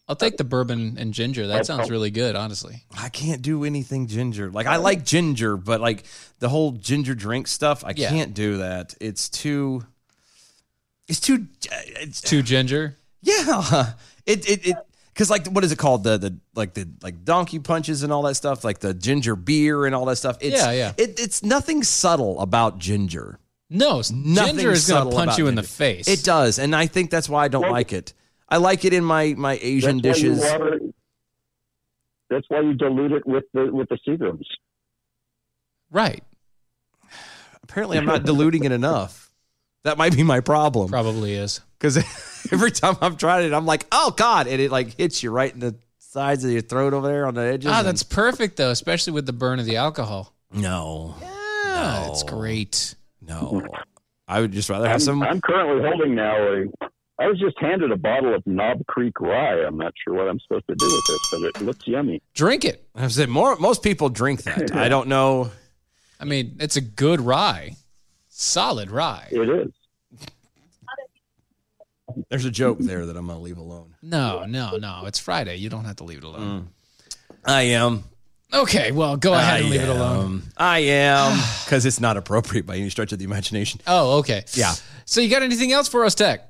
Speaker 11: I'll take the bourbon and ginger. That sounds really good, honestly.
Speaker 2: I can't do anything ginger. Like I like ginger, but like the whole ginger drink stuff, I
Speaker 11: Yeah.
Speaker 2: can't do that. It's too. It's too. It's
Speaker 11: too ginger.
Speaker 2: Yeah. It it it. Because like what is it called the the like the like donkey punches and all that stuff like the ginger beer and all that stuff it's,
Speaker 11: Yeah, yeah.
Speaker 2: it, it's nothing subtle about ginger
Speaker 11: no
Speaker 2: nothing
Speaker 11: ginger is gonna
Speaker 2: subtle
Speaker 11: punch
Speaker 2: about
Speaker 11: you in
Speaker 2: ginger.
Speaker 11: the face.
Speaker 2: it does and I think that's why I don't like it I like it in my my Asian
Speaker 19: That's why you
Speaker 2: dishes
Speaker 19: water it- That's why you dilute it with the with the Seagrams.
Speaker 11: Right.
Speaker 2: Apparently, I'm not diluting it enough. That might be my problem.
Speaker 11: Probably is
Speaker 2: because every time I've tried it, I'm like, oh god, and it like hits you right in the sides of your throat over there on the edges.
Speaker 11: Ah,
Speaker 2: and-
Speaker 11: that's perfect though, especially with the burn of the alcohol.
Speaker 2: no,
Speaker 11: Yeah, it's great.
Speaker 2: No, I would just rather
Speaker 19: I'm,
Speaker 2: have some.
Speaker 19: I'm currently holding now a. I was just handed a bottle of Knob Creek Rye. I'm not sure what I'm supposed to do with this, but it looks yummy.
Speaker 11: Drink it.
Speaker 2: I said more. Most people drink that. I don't know.
Speaker 11: I mean, it's a good rye, solid rye.
Speaker 19: It is.
Speaker 2: There's a joke there that I'm gonna leave alone.
Speaker 11: No, no, no. It's Friday. You don't have to leave it alone.
Speaker 2: I am. Mm.
Speaker 11: Okay, well, go ahead and
Speaker 2: I
Speaker 11: leave it alone.
Speaker 2: am. I am because it's not appropriate by any stretch of the imagination.
Speaker 11: Oh, okay.
Speaker 2: Yeah.
Speaker 11: So you got anything else for us, Tech?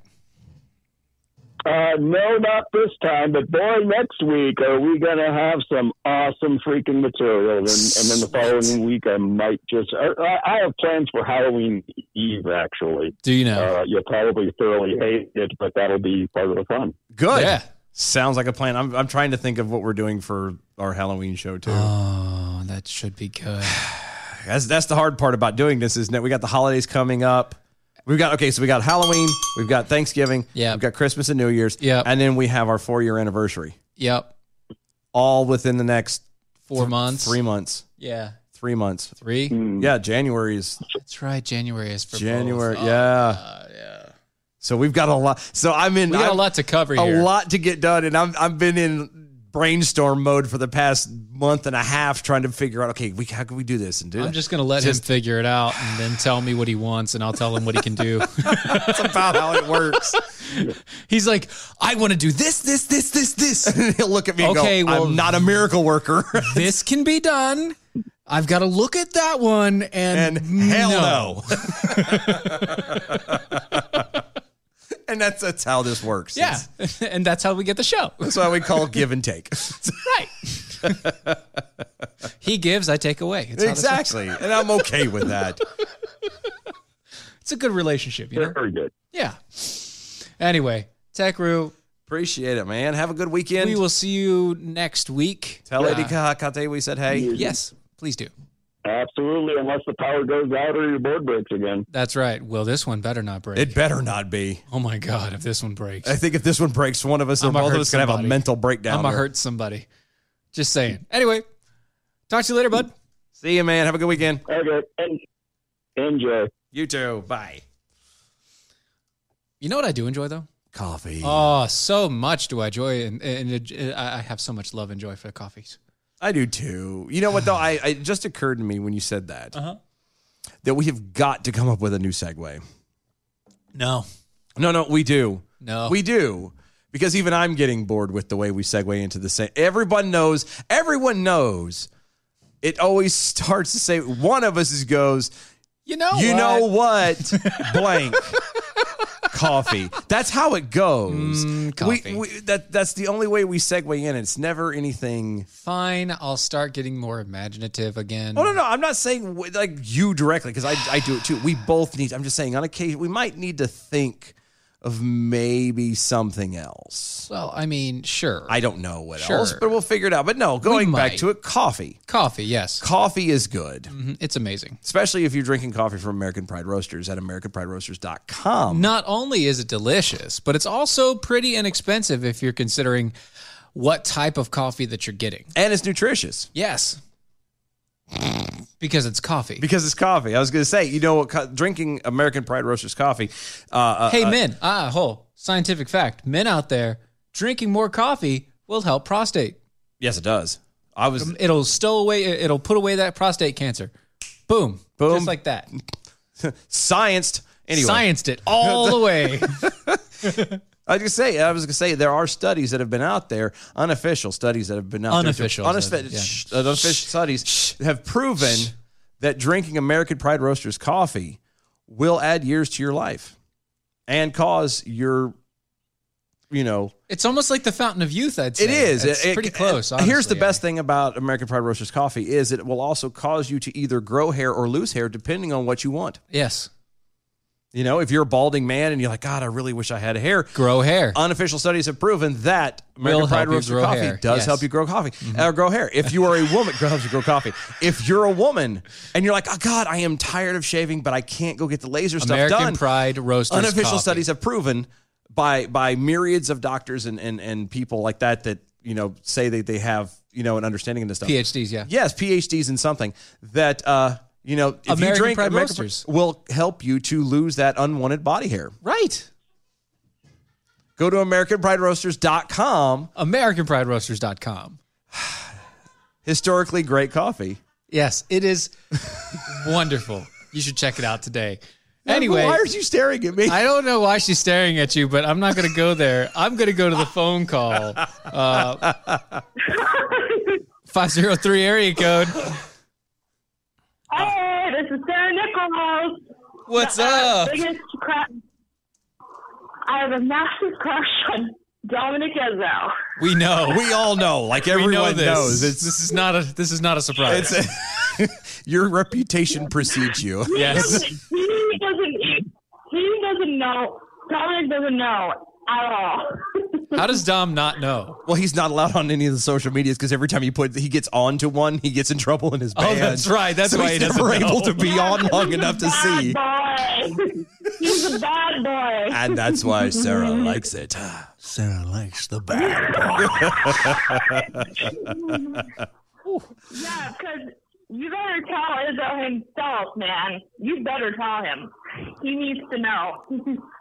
Speaker 19: Uh, no, not this time. But boy, next week are we going to have some awesome freaking material. And, and then the following week, I might just. I, I- I have plans for Halloween Eve, actually.
Speaker 11: Do you know?
Speaker 19: Uh, you'll probably thoroughly hate it, but that'll be part of the
Speaker 11: Oh,
Speaker 19: fun.
Speaker 2: Good. Sounds like a plan. I'm, I'm trying to think of what we're doing for our Halloween show too.
Speaker 11: Oh, that should be good.
Speaker 2: That's that's the hard part about doing this, isn't it? We got the holidays coming up. We've got okay, so we got Halloween, we've got Thanksgiving,
Speaker 11: Yeah.
Speaker 2: we've got Christmas and New Year's,
Speaker 11: Yeah.
Speaker 2: and then we have our four year anniversary.
Speaker 11: Yep.
Speaker 2: All within the next
Speaker 11: Four months.
Speaker 2: three months,
Speaker 11: Yeah.
Speaker 2: three months,
Speaker 11: three.
Speaker 19: Mm.
Speaker 2: Yeah, January is
Speaker 11: That's right. January is for both.
Speaker 2: January.
Speaker 11: Oh,
Speaker 2: yeah, Ah, So we've got a lot. So I'm in.
Speaker 11: We got a
Speaker 2: I'm-
Speaker 11: lot to cover
Speaker 2: a
Speaker 11: here.
Speaker 2: lot to get done, and I'm I've been in brainstorm mode for the past month and a half trying to figure out okay, we how can we do this and do
Speaker 11: I'm
Speaker 2: that?
Speaker 11: just gonna let him figure it out and then tell me what he wants, and I'll tell him what he can do.
Speaker 2: That's about how it works.
Speaker 11: He's like, I want to do this, this, this, this, this.
Speaker 2: He'll look at me and go, "I'm not a miracle worker.
Speaker 11: this can be done. I've got to look at that one and, hell
Speaker 2: no. and that's that's how this works.
Speaker 11: Yeah. and that's how we get the show.
Speaker 2: That's why we call give and take.
Speaker 11: right. he gives, I take away. It's how this works.
Speaker 2: exactly. And I'm okay with that.
Speaker 11: It's a good relationship, you know?
Speaker 19: Very good.
Speaker 11: Yeah. Anyway, Tech Roo,
Speaker 2: Appreciate it, man. Have a good weekend.
Speaker 11: we will see you next week.
Speaker 2: Tell Lady
Speaker 11: Uh,
Speaker 2: Kahakate we said hey.
Speaker 11: Yes, please do.
Speaker 19: Absolutely, unless the power goes out or your board breaks again.
Speaker 11: That's right. Well, this one better not break.
Speaker 2: It better not be.
Speaker 11: oh my God, if this one breaks.
Speaker 2: I think if this one breaks, one of us or
Speaker 11: I'ma
Speaker 2: both of
Speaker 11: hurt
Speaker 2: us gonna have a
Speaker 11: somebody.
Speaker 2: mental breakdown.
Speaker 11: I'm going to
Speaker 2: there.
Speaker 11: hurt somebody. Just saying. Anyway, talk to you later, bud.
Speaker 2: See you, man. Have a good weekend.
Speaker 19: Okay, and enjoy.
Speaker 2: You too. Bye.
Speaker 11: You know what I do enjoy, though?
Speaker 2: Coffee.
Speaker 11: Oh, so much do I enjoy, and, and, and I I have so much love and joy for coffees.
Speaker 2: I do too. You know what though? I it just occurred to me when you said that
Speaker 11: Uh-huh.
Speaker 2: that we have got to come up with a new segue.
Speaker 11: No,
Speaker 2: No, no, we do.
Speaker 11: no,
Speaker 2: We do. Because even I'm getting bored with the way we segue into the same. Everyone knows, everyone knows it always starts to say one of us is goes,
Speaker 11: You know
Speaker 2: you
Speaker 11: Oh, what?
Speaker 2: know what, blank coffee. That's how it goes.
Speaker 11: Mm, coffee.
Speaker 2: We, we, that that's the only way we segue in. It's never anything.
Speaker 11: Fine, I'll start getting more imaginative again.
Speaker 2: Oh no, no, I'm not saying w- like you directly because I I do it too. We both need. I'm just saying on occasion we might need to think of maybe something else.
Speaker 11: Well, I mean, sure.
Speaker 2: I don't know what
Speaker 11: Sure.
Speaker 2: else, but we'll figure it out. But no, going back
Speaker 11: might.
Speaker 2: to it, coffee.
Speaker 11: Coffee, yes.
Speaker 2: Coffee is good,
Speaker 11: Mhm, It's amazing.
Speaker 2: especially if you're drinking coffee from American Pride Roasters at AmericanPrideRoasters.com.
Speaker 11: Not only is it delicious, but it's also pretty inexpensive if you're considering what type of coffee that you're getting.
Speaker 2: And it's nutritious.
Speaker 11: Yes. Because it's coffee.
Speaker 2: Because it's coffee. I was going to say, you know what? Co- drinking American Pride Roasters coffee. Uh, uh,
Speaker 11: hey,
Speaker 2: uh,
Speaker 11: men, ah, whole scientific fact men out there drinking more coffee will help prostate.
Speaker 2: Yes, it does. I was.
Speaker 11: It'll stow away, it'll put away that prostate cancer. Boom.
Speaker 2: Boom.
Speaker 11: Just like that.
Speaker 2: Scienced. Anyway.
Speaker 11: Scienced it all the way.
Speaker 2: I was gonna say, I was gonna say, there are studies that have been out there, unofficial studies that have been out
Speaker 11: Unofficial,
Speaker 2: there,
Speaker 11: so,
Speaker 2: unofficial,
Speaker 11: yeah.
Speaker 2: uh, unofficial studies that have proven that drinking American Pride Roasters coffee will add years to your life and cause your, you know,
Speaker 11: It's almost like the fountain of youth, I'd say.
Speaker 2: it is.
Speaker 11: It's
Speaker 2: It- it-
Speaker 11: pretty close.
Speaker 2: it- here's the
Speaker 11: honestly.
Speaker 2: best thing about American Pride Roasters coffee is it will also cause you to either grow hair or lose hair depending on what you want.
Speaker 11: Yes.
Speaker 2: You know, if you're a balding man and you're like, God, I really wish I had hair.
Speaker 11: Grow hair.
Speaker 2: Unofficial studies have proven that
Speaker 11: Will
Speaker 2: American
Speaker 11: help
Speaker 2: Pride
Speaker 11: you
Speaker 2: Roaster
Speaker 11: grow
Speaker 2: coffee
Speaker 11: hair,
Speaker 2: does
Speaker 11: yes. Mm-hmm.
Speaker 2: help you grow coffee or grow hair. If you are a woman, it helps you grow coffee. If you're a woman and you're like, oh God, I am tired of shaving, but I can't go get the laser
Speaker 11: American
Speaker 2: stuff done.
Speaker 11: Pride Roasters
Speaker 2: Unofficial
Speaker 11: coffee.
Speaker 2: studies have proven by by myriads of doctors and and and people like that that you know say that they have you know an understanding of this stuff.
Speaker 11: PhDs, yeah.
Speaker 2: Yes, PhDs in something that uh you know if you
Speaker 11: American
Speaker 2: drink
Speaker 11: Pride
Speaker 2: American Pri-
Speaker 11: Roasters.
Speaker 2: will help you to lose that unwanted body hair.
Speaker 11: Right.
Speaker 2: Go to AmericanPrideRoasters.com.
Speaker 11: AmericanPrideRoasters.com.
Speaker 2: Historically great coffee.
Speaker 11: Yes, it is wonderful. You should check it out today.
Speaker 2: Why-
Speaker 11: Anyway,
Speaker 2: why are you staring at me?
Speaker 11: I don't know why she's staring at you, but I'm not going to go there. I'm going to go to the phone call. Uh, 503 area code.
Speaker 20: Hey, this is Sarah Nichols. Uh,
Speaker 11: What's
Speaker 20: I have
Speaker 11: up?
Speaker 20: the biggest crush- I have a massive crush on Dominic Ezell.
Speaker 11: We know.
Speaker 2: We all know. Like
Speaker 11: We know
Speaker 2: everyone
Speaker 11: this.
Speaker 2: knows. It's,
Speaker 11: This is not a this is not a surprise.
Speaker 2: it's your reputation precedes you.
Speaker 20: He doesn't- He doesn't. He doesn't know. Dominic doesn't know at all.
Speaker 11: How does Dom not know?
Speaker 2: Well, he's not allowed on any of the social medias because every time he put he gets onto one, he gets in trouble in his
Speaker 11: Oh,
Speaker 2: band.
Speaker 11: that's right. That's
Speaker 2: so
Speaker 11: why
Speaker 2: he's
Speaker 11: he doesn't
Speaker 2: never
Speaker 11: know.
Speaker 2: able to be on long enough to see.
Speaker 20: Bad boy. He's a bad boy.
Speaker 2: And that's why Sarah likes it. Sarah likes the bad boy.
Speaker 20: Yeah, because you better tell Izzo himself, man. You better tell him. He needs to know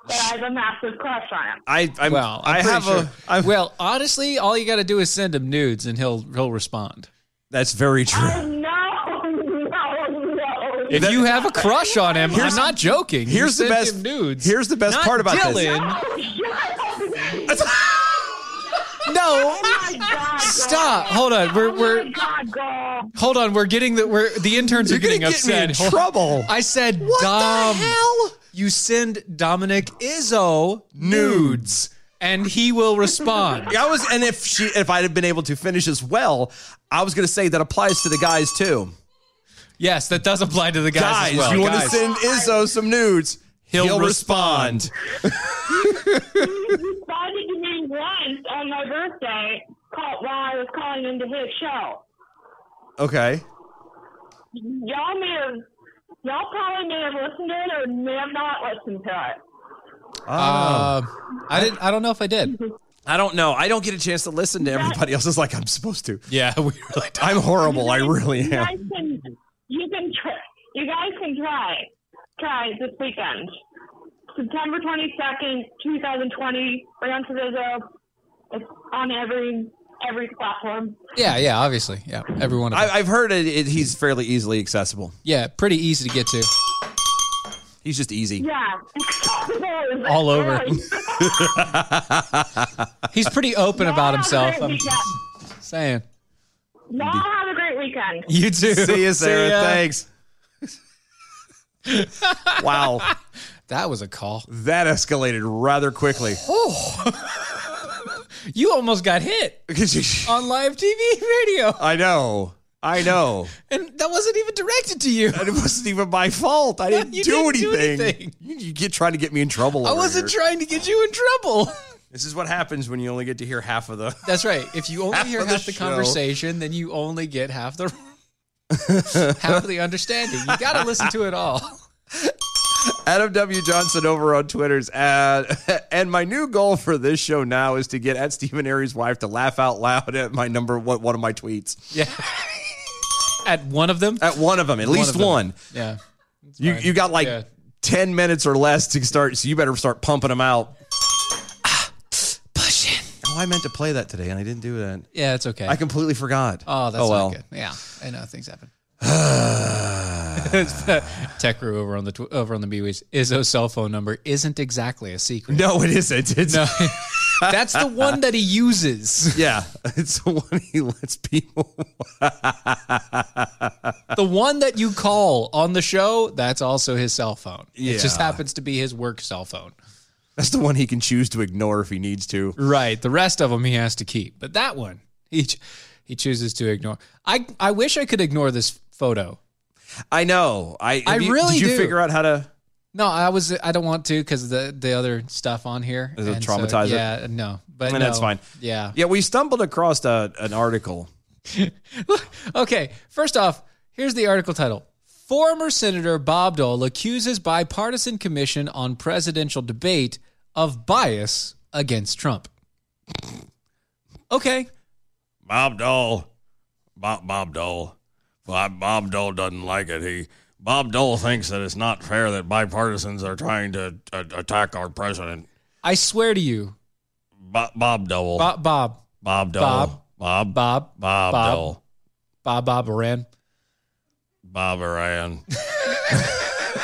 Speaker 20: that I have a massive crush on him.
Speaker 2: I I'm,
Speaker 11: well,
Speaker 2: I
Speaker 11: I'm pretty
Speaker 2: have
Speaker 11: sure.
Speaker 2: a I've-
Speaker 11: well, honestly, all you got to do is send him nudes, and he'll he'll respond.
Speaker 2: That's very true.
Speaker 20: No, no, no.
Speaker 11: If you have a crush on him,
Speaker 2: Here's-
Speaker 11: I'm not joking. You
Speaker 2: here's the
Speaker 11: send
Speaker 2: best-
Speaker 11: him nudes.
Speaker 2: here's the best
Speaker 11: Not
Speaker 2: part about this.
Speaker 11: Dylan.
Speaker 20: this.
Speaker 11: No,
Speaker 20: oh my God, girl.
Speaker 11: stop. Hold on. We're
Speaker 20: Oh
Speaker 11: we're
Speaker 20: my God, girl.
Speaker 11: hold on. We're getting the we're the interns are
Speaker 2: You're gonna
Speaker 11: getting
Speaker 2: get me
Speaker 11: upset.
Speaker 2: in
Speaker 11: Hold-
Speaker 2: trouble.
Speaker 11: I said
Speaker 2: What the
Speaker 11: Dom.
Speaker 2: hell?
Speaker 11: You send Dominic Izzo nudes, and he will respond.
Speaker 2: I was, and if she, if I'd have been able to finish as well, I was going to say that applies to the guys too.
Speaker 11: Yes, that does apply to the guys.
Speaker 2: Guys,
Speaker 11: as well.
Speaker 2: you want to
Speaker 11: Guys.
Speaker 2: send Izzo some nudes?
Speaker 11: He'll
Speaker 2: respond.
Speaker 20: responded to me once on my birthday call, while I was calling into his show.
Speaker 2: Okay.
Speaker 20: Y'all may have, y'all probably may have listened to it or may have not listened to it.
Speaker 2: Ah.
Speaker 11: Uh, I didn't. I don't know if I did.
Speaker 2: I don't know. I don't get a chance to listen to everybody else's like I'm supposed to.
Speaker 11: Yeah, we really
Speaker 2: I'm horrible. I really
Speaker 20: You guys
Speaker 2: am.
Speaker 20: can, you can, tr- you guys can try, try this weekend, September twenty second, two thousand twenty. Right on Vizzo. It's on every every platform.
Speaker 11: Yeah, yeah, obviously. Yeah, everyone.
Speaker 2: I, I've heard it, it. He's fairly easily accessible.
Speaker 11: yeah, pretty easy to get to.
Speaker 2: He's just easy.
Speaker 20: Yeah,
Speaker 11: All over.
Speaker 2: He's
Speaker 11: He's pretty open about
Speaker 20: Y'all have a
Speaker 11: himself.
Speaker 20: great
Speaker 11: I'm
Speaker 20: weekend.
Speaker 11: saying.
Speaker 20: Y'all have a great weekend.
Speaker 11: You too.
Speaker 2: See you, Sarah.
Speaker 11: See ya.
Speaker 2: Thanks. wow.
Speaker 11: That was a call.
Speaker 2: That escalated rather quickly.
Speaker 11: You almost got hit on live TV radio.
Speaker 2: I know. I know.
Speaker 11: And that wasn't even directed to you. It
Speaker 2: wasn't even my fault. I didn't,
Speaker 11: You
Speaker 2: do,
Speaker 11: didn't do
Speaker 2: anything.
Speaker 11: anything.
Speaker 2: You, you get trying to get me in trouble.
Speaker 11: I
Speaker 2: over
Speaker 11: wasn't
Speaker 2: here.
Speaker 11: trying to get you in trouble.
Speaker 2: This is what happens when you only get to hear half of the.
Speaker 11: That's right. If you only
Speaker 2: Half
Speaker 11: hear
Speaker 2: of the
Speaker 11: half the,
Speaker 2: show.
Speaker 11: conversation, then you only get half the half the understanding. You got to listen to it all.
Speaker 2: Adam W. Johnson over on Twitter's at, and my new goal for this show now is to get at Stephen Aries' wife to laugh out loud at my number one, one of my tweets.
Speaker 11: Yeah. at one of them?
Speaker 2: At one of them, at
Speaker 11: One
Speaker 2: least
Speaker 11: of them.
Speaker 2: one.
Speaker 11: Yeah.
Speaker 2: You you got like
Speaker 11: Yeah.
Speaker 2: ten minutes or less to start, so you better start pumping them out.
Speaker 11: Push it.
Speaker 2: Oh, I meant to play that today, and I didn't do that.
Speaker 11: Yeah, it's okay.
Speaker 2: I completely forgot.
Speaker 11: Oh, that's
Speaker 2: oh, well.
Speaker 11: not good. Yeah, I know things happen. Tech crew over on the tw- over on the MeWe's Izzo's cell phone number isn't exactly a secret.
Speaker 2: No, it isn't. It's
Speaker 11: No. that's the one that he uses.
Speaker 2: Yeah, it's the one he lets people.
Speaker 11: The one that you call on the show, that's also his cell phone.
Speaker 2: Yeah.
Speaker 11: It just happens to be his work cell phone.
Speaker 2: That's the one he can choose to ignore if he needs to.
Speaker 11: Right. The rest of them he has to keep, but that one he ch- he chooses to ignore. I I wish I could ignore this photo.
Speaker 2: I know. I
Speaker 11: I
Speaker 2: have you-
Speaker 11: really
Speaker 2: did you
Speaker 11: do.
Speaker 2: figure out how to?
Speaker 11: No, I was I don't want to because the the other stuff on here
Speaker 2: Does it
Speaker 11: And so,
Speaker 2: traumatize it?
Speaker 11: Yeah, no, but
Speaker 2: and that's
Speaker 11: no.
Speaker 2: fine.
Speaker 11: Yeah.
Speaker 2: yeah. We stumbled across a, an article.
Speaker 11: Okay. First off, here's the article title. Former Senator Bob Dole accuses bipartisan commission on presidential debate of bias against Trump. Okay.
Speaker 21: Bob Dole, Bob, Bob Dole, Bob, Bob Dole doesn't like it. He Bob Dole thinks that it's not fair that bipartisans are trying to uh, attack our president.
Speaker 11: I swear to you,
Speaker 21: Bob, Bob Dole,
Speaker 11: Bob Bob
Speaker 21: Bob Dole,
Speaker 11: Bob.
Speaker 21: Bob,
Speaker 11: Bob
Speaker 21: Bob,
Speaker 11: Bob.
Speaker 21: Dole,
Speaker 11: Bob Bob Iran.
Speaker 21: Bob Iran,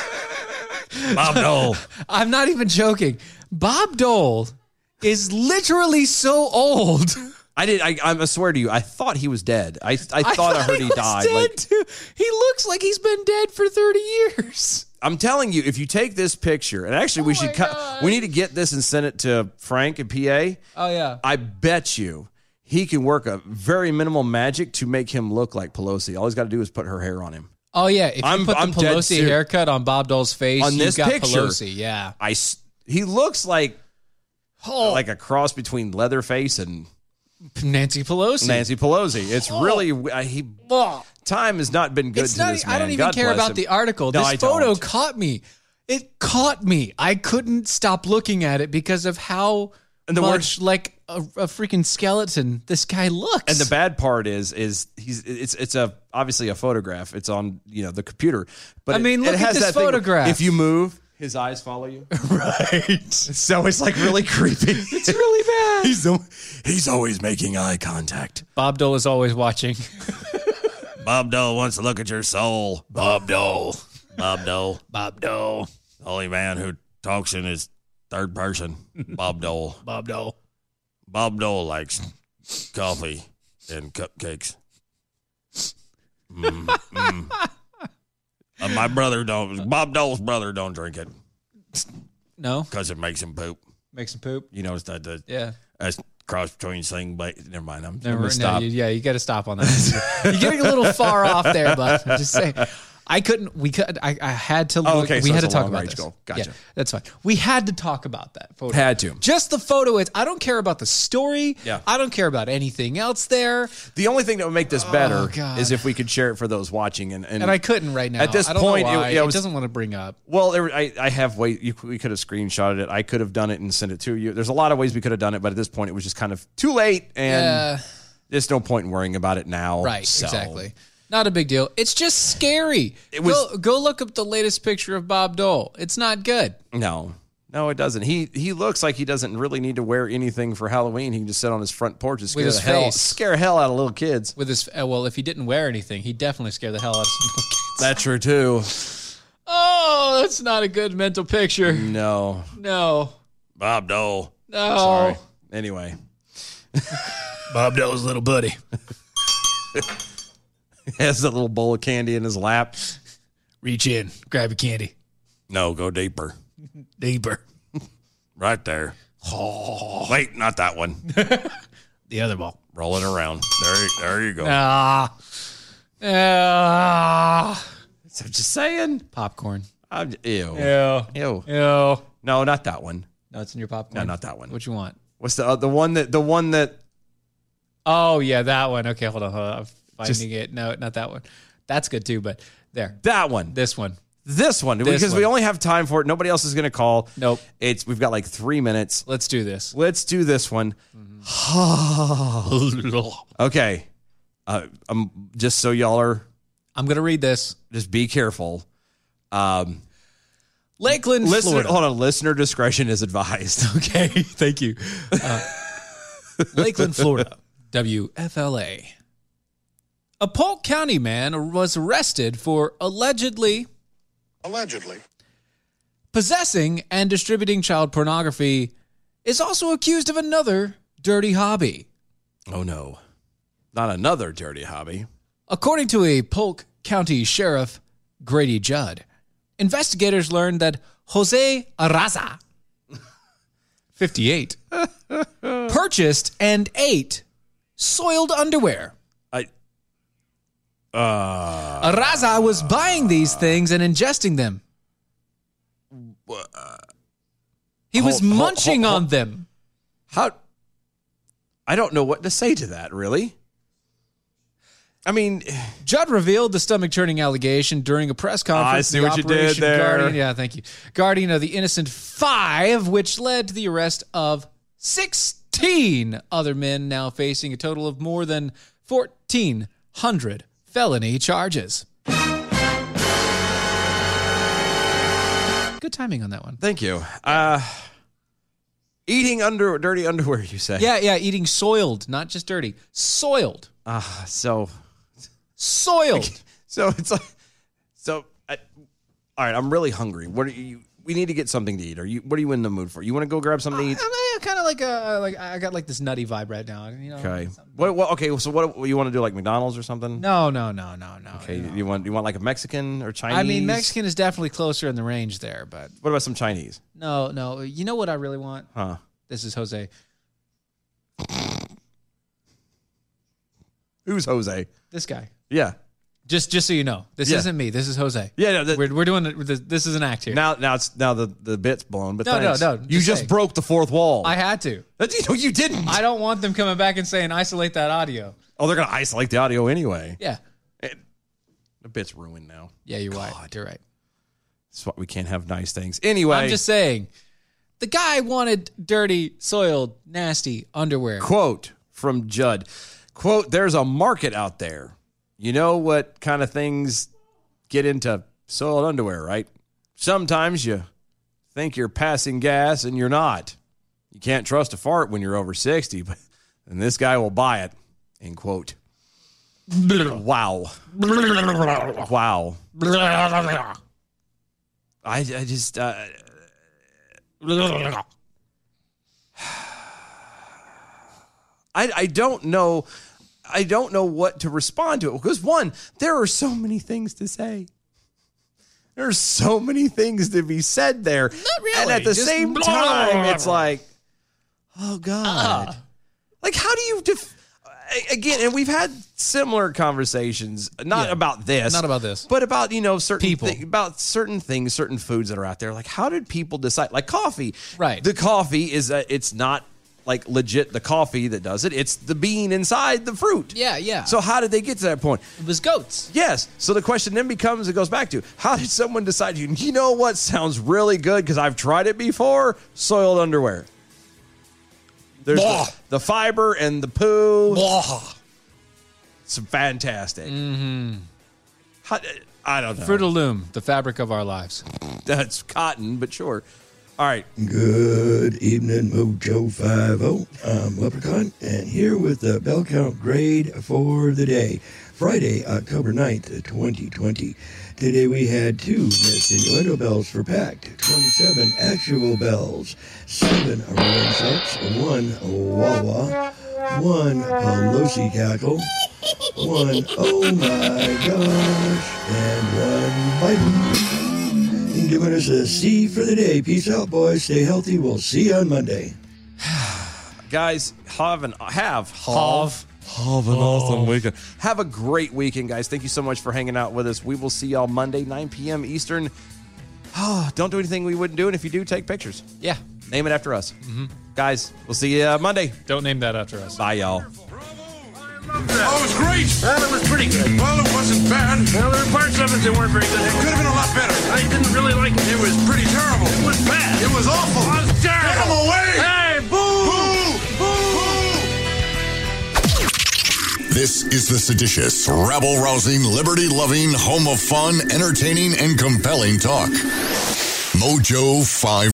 Speaker 21: Bob Dole.
Speaker 11: I'm not even joking. Bob Dole is literally so old.
Speaker 2: I did. I, I swear to you, I thought he was dead. I I thought I, heard he,
Speaker 11: was
Speaker 2: died.
Speaker 11: dead,
Speaker 2: Like,
Speaker 11: too. He looks like he's been dead for 30 years.
Speaker 2: I'm telling you, if you take this picture, and
Speaker 11: Oh
Speaker 2: actually, we should cut. We need to get this and send it to Frank and PA.
Speaker 11: Oh yeah.
Speaker 2: I bet you he can work a very minimal magic to make him look like Pelosi. All he's got to do is put her hair on him.
Speaker 11: Oh yeah. If you
Speaker 2: I'm-
Speaker 11: put the
Speaker 2: I'm dead
Speaker 11: Pelosi
Speaker 2: serious.
Speaker 11: haircut on Bob Dole's face,
Speaker 2: On
Speaker 11: you've
Speaker 2: this
Speaker 11: got
Speaker 2: picture.
Speaker 11: Pelosi. Yeah.
Speaker 2: I s- he looks like Oh,
Speaker 11: Oh.
Speaker 2: like a cross between Leatherface and
Speaker 11: Nancy Pelosi.
Speaker 2: Nancy Pelosi. It's really uh, he. Time has not been good
Speaker 11: Oh. It's
Speaker 2: to
Speaker 11: not, e-,
Speaker 2: this man.
Speaker 11: I don't even
Speaker 2: God
Speaker 11: care
Speaker 2: bless
Speaker 11: about
Speaker 2: him.
Speaker 11: the article.
Speaker 2: No,
Speaker 11: this
Speaker 2: I don't.
Speaker 11: photo caught me. It caught me. I couldn't stop looking at it because of how
Speaker 2: And the
Speaker 11: much
Speaker 2: worst-
Speaker 11: like a, a freaking skeleton this guy looks.
Speaker 2: And the bad part is, is he's it's it's a obviously a photograph. It's on you know the computer, but
Speaker 11: I
Speaker 2: it-
Speaker 11: mean,
Speaker 2: it
Speaker 11: look at
Speaker 2: has
Speaker 11: this
Speaker 2: that thing-
Speaker 11: photograph.
Speaker 2: if you move, his eyes follow you.
Speaker 21: right.
Speaker 2: So it's like really creepy. it's
Speaker 11: really bad.
Speaker 21: He's he's always making eye contact.
Speaker 11: Bob Dole is always watching.
Speaker 21: Bob Dole wants to look at your soul. Bob Dole. Bob Dole.
Speaker 11: Bob Dole.
Speaker 21: The only man who talks in his third person. Bob Dole.
Speaker 11: Bob Dole.
Speaker 21: Bob Dole likes coffee and cupcakes. Mm, mm. Uh, my brother don't. Bob Dole's brother don't drink it
Speaker 11: No,
Speaker 21: because it makes him poop.
Speaker 11: makes him poop.
Speaker 21: You know, it's that the
Speaker 11: Yeah.
Speaker 21: that's cross between sing. But never mind. I'm,
Speaker 11: Never,
Speaker 21: I'm
Speaker 11: no,
Speaker 21: gonna stop.
Speaker 11: you- yeah, you got to stop on that. You're getting a little far off there, bud. I'm just saying. I couldn't. We could. I, I had to. Look,
Speaker 2: Oh, okay,
Speaker 11: we
Speaker 2: so
Speaker 11: had
Speaker 2: it's
Speaker 11: to talk
Speaker 2: a long
Speaker 11: about
Speaker 2: range
Speaker 11: this.
Speaker 2: goal. Gotcha.
Speaker 11: Yeah, that's fine. We had to talk about that photo.
Speaker 2: Had to.
Speaker 11: Just the photo. It's. I don't care about the story.
Speaker 2: Yeah.
Speaker 11: I don't care about anything else there.
Speaker 2: The only thing that would make this
Speaker 11: Oh,
Speaker 2: better
Speaker 11: God.
Speaker 2: is if we could share it for those watching. And and,
Speaker 11: And I couldn't right now.
Speaker 2: At this
Speaker 11: I don't know
Speaker 2: point,
Speaker 11: why.
Speaker 2: it, yeah, it
Speaker 11: It
Speaker 2: was-
Speaker 11: doesn't want to bring up.
Speaker 2: Well, there, I, I have way you, we could have screenshotted it. I could have done it and sent it to you. There's a lot of ways we could have done it, but at this point, it was just kind of too late, and
Speaker 11: Yeah.
Speaker 2: there's no point in worrying about it now.
Speaker 11: Right,
Speaker 2: So,
Speaker 11: exactly. Not a big deal. It's just scary.
Speaker 2: It was-
Speaker 11: go, go look up the latest picture of Bob Dole. It's not good.
Speaker 2: No, no, it doesn't. He he looks like he doesn't really need to wear anything for Halloween. He can just sit on his front porch and scare
Speaker 11: his
Speaker 2: the hell
Speaker 11: face.
Speaker 2: scare hell out of little kids.
Speaker 11: With his uh, well, if he didn't wear anything, he definitely scared the hell out of some
Speaker 2: That's true too.
Speaker 11: Oh, that's not a good mental picture.
Speaker 2: No,
Speaker 11: No.
Speaker 21: Bob Dole.
Speaker 11: No.
Speaker 2: sorry. Anyway,
Speaker 21: Bob Dole's little buddy.
Speaker 2: has that little bowl of candy in his lap.
Speaker 11: Reach in, grab your candy.
Speaker 21: No, go deeper.
Speaker 11: Deeper.
Speaker 21: Right there.
Speaker 11: Oh.
Speaker 21: Wait, not that one.
Speaker 11: the other ball.
Speaker 21: Roll it around. There, you- there you go.
Speaker 11: Ah. Ah.
Speaker 2: I'm just saying.
Speaker 11: Popcorn.
Speaker 2: I'm, ew.
Speaker 11: Ew.
Speaker 2: Ew.
Speaker 11: Ew.
Speaker 2: No, not that one.
Speaker 11: No, it's in your popcorn.
Speaker 2: No, not that one.
Speaker 11: What you want?
Speaker 2: What's the uh, the one that the one that
Speaker 11: Oh yeah, that one. Okay, hold on, hold on. I'm finding
Speaker 2: Just-
Speaker 11: it. No, not that one. That's good too, but there.
Speaker 2: that one
Speaker 11: This one.
Speaker 2: this one
Speaker 11: This
Speaker 2: because we
Speaker 11: one.
Speaker 2: only have time for it. Nobody else is going to call.
Speaker 11: Nope.
Speaker 2: It's we've got like three minutes.
Speaker 11: Let's do this.
Speaker 2: Let's do this one.
Speaker 11: Mm-hmm.
Speaker 2: okay. Uh, um, just so y'all are
Speaker 11: I'm gonna read this.
Speaker 2: just be careful. Um,
Speaker 11: Lakeland,
Speaker 2: listener,
Speaker 11: Florida.
Speaker 2: hold on. Listener discretion is advised.
Speaker 11: Okay, thank you. Uh, Lakeland, Florida, WFLA. A Polk County man was arrested for allegedly
Speaker 4: Allegedly.
Speaker 11: possessing and distributing child pornography, is also accused of another dirty hobby.
Speaker 2: Oh no, not another dirty hobby.
Speaker 11: According to a Polk County Sheriff, Grady Judd, investigators learned that Jose Araza, 58, purchased and ate soiled underwear.
Speaker 2: I. Uh,
Speaker 11: Araza was buying these things and ingesting them. He was
Speaker 2: Hold- hold-
Speaker 11: munching
Speaker 2: hold-
Speaker 11: on them.
Speaker 2: How? I don't know what to say to that. Really. I mean,
Speaker 11: Judd revealed the stomach churning allegation during a press conference.
Speaker 2: I see
Speaker 11: The
Speaker 2: what you did
Speaker 11: Operation
Speaker 2: there.
Speaker 11: Guardian, yeah, thank you. Guardian of the Innocent Five, which led to the arrest of 16 other men now facing a total of more than 1,400 felony charges. Good timing on that one.
Speaker 2: thank you. Uh, eating under dirty underwear. You say.
Speaker 11: Yeah, yeah, eating soiled, not just dirty. Soiled.
Speaker 2: Uh, so
Speaker 11: Soiled.
Speaker 2: so it's like so. I, all right, I'm really hungry. What are you? We need to get something to eat. Are you? What are you in the mood for? You want to go grab something to eat?
Speaker 11: I'm kind of like a like I got like this nutty vibe right now. You know,
Speaker 2: Okay. What, what? Okay. So what? You want to do like McDonald's or something?
Speaker 11: No, no, no, no, no.
Speaker 2: Okay. You want? You want like a Mexican or Chinese?
Speaker 11: I mean, Mexican is definitely closer in the range there, but
Speaker 2: What about some Chinese?
Speaker 11: no, no. You know what I really want?
Speaker 2: Huh?
Speaker 11: This is Jose.
Speaker 2: Who's Jose?
Speaker 11: This guy.
Speaker 2: Yeah.
Speaker 11: Just, just so you know, this
Speaker 2: Yeah.
Speaker 11: isn't me. This is Jose.
Speaker 2: Yeah. No, that-
Speaker 11: We're, we're doing it. with this- This is an act here.
Speaker 2: now, now it's now the the bit's blown. But
Speaker 11: No, no,
Speaker 2: thanks.
Speaker 11: no,
Speaker 2: You
Speaker 11: just
Speaker 2: just
Speaker 11: saying.
Speaker 2: broke the fourth wall.
Speaker 11: I had to.
Speaker 2: That- you, know, you didn't.
Speaker 11: I don't want them coming back and saying isolate that audio.
Speaker 2: oh, they're gonna isolate the audio anyway.
Speaker 11: Yeah.
Speaker 2: The bit's ruined now.
Speaker 11: Yeah, you're right. You're right.
Speaker 2: That's why we can't have nice things. Anyway,
Speaker 11: I'm just saying, the guy wanted dirty, soiled, nasty underwear.
Speaker 2: quote from Judd. Quote, there's a market out there. You know what kind of things get into soiled underwear, right? Sometimes you think you're passing gas and you're not. You can't trust a fart when you're over 60, but and this guy will buy it. End quote. wow. wow. I, I just uh, I, I don't know. I don't know what to respond to it because one, there are so many things to say. There are so many things to be said there. Not
Speaker 11: really,
Speaker 2: And at the
Speaker 11: just
Speaker 2: same
Speaker 11: blah,
Speaker 2: time,
Speaker 11: blah, blah,
Speaker 2: it's like, oh God. Like, how do you def- a- again? And we've had similar conversations, not
Speaker 11: Yeah.
Speaker 2: about this,
Speaker 11: Not about this.
Speaker 2: but about you know certain
Speaker 11: People.
Speaker 2: thi- about certain things, certain foods that are out there. Like, how did people decide? Like coffee,
Speaker 11: Right.
Speaker 2: The coffee is a, it's not like legit the coffee that does it. It's the bean inside the fruit.
Speaker 11: Yeah, yeah.
Speaker 2: So how did they get to that point?
Speaker 11: it was goats.
Speaker 2: Yes. So the question then becomes, it goes back to how did someone decide? You you know what sounds really good because I've tried it before. Soiled underwear. There's
Speaker 11: Blah.
Speaker 2: the, the fiber and the poo.
Speaker 11: Blah.
Speaker 2: It's fantastic. How- I don't know.
Speaker 11: Mm-hmm. Fruit of Loom, the fabric of our lives.
Speaker 2: That's cotton, but sure. All right.
Speaker 22: Good evening, Mojo 50. I'm Leprechaun, and here with the bell count grade for the day. Friday, October 9th, 2020. Today we had two missed innuendo bells for packed, 27 actual bells, 7 rolling sets, 1 wawa, 1 Pelosi cackle, one oh my gosh, and one Biden. And giving us a C for the day. Peace out, boys. Stay healthy. We'll see you on Monday.
Speaker 2: guys have an have
Speaker 11: Have.
Speaker 2: have an awesome weekend have a great weekend guys thank you so much for hanging out with us we will see y'all monday 9 p.m eastern oh, don't do anything we wouldn't do and if you do take pictures
Speaker 11: Yeah.
Speaker 2: name it after us guys we'll see you uh, monday
Speaker 11: don't name that after us
Speaker 2: bye y'all
Speaker 9: Oh, it was great. Well, it was pretty good. Well, it wasn't bad. Well, there were parts of it that weren't very good. It could have been a lot better. I didn't really like it. It was pretty terrible. It was bad. It was awful. It was terrible. Get him away. Hey, boo. Boo. Boo.
Speaker 15: This is the seditious, rabble rousing, liberty loving, home of fun, entertaining, and compelling talk. Mojo 5.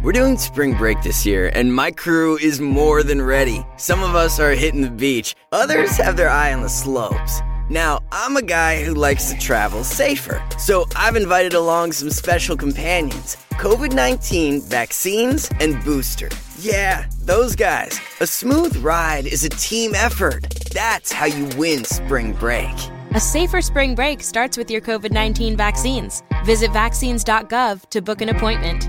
Speaker 4: We're doing spring break this year, and my crew is more than ready. Some of us are hitting the beach, others have their eye on the slopes. Now, I'm a guy who likes to travel safer, so I've invited along some special companions COVID 19 vaccines and booster. Yeah, those guys. A smooth ride is a team effort. That's how you win spring break.
Speaker 5: A safer spring break starts with your COVID 19 vaccines. Visit vaccines.gov to book an appointment.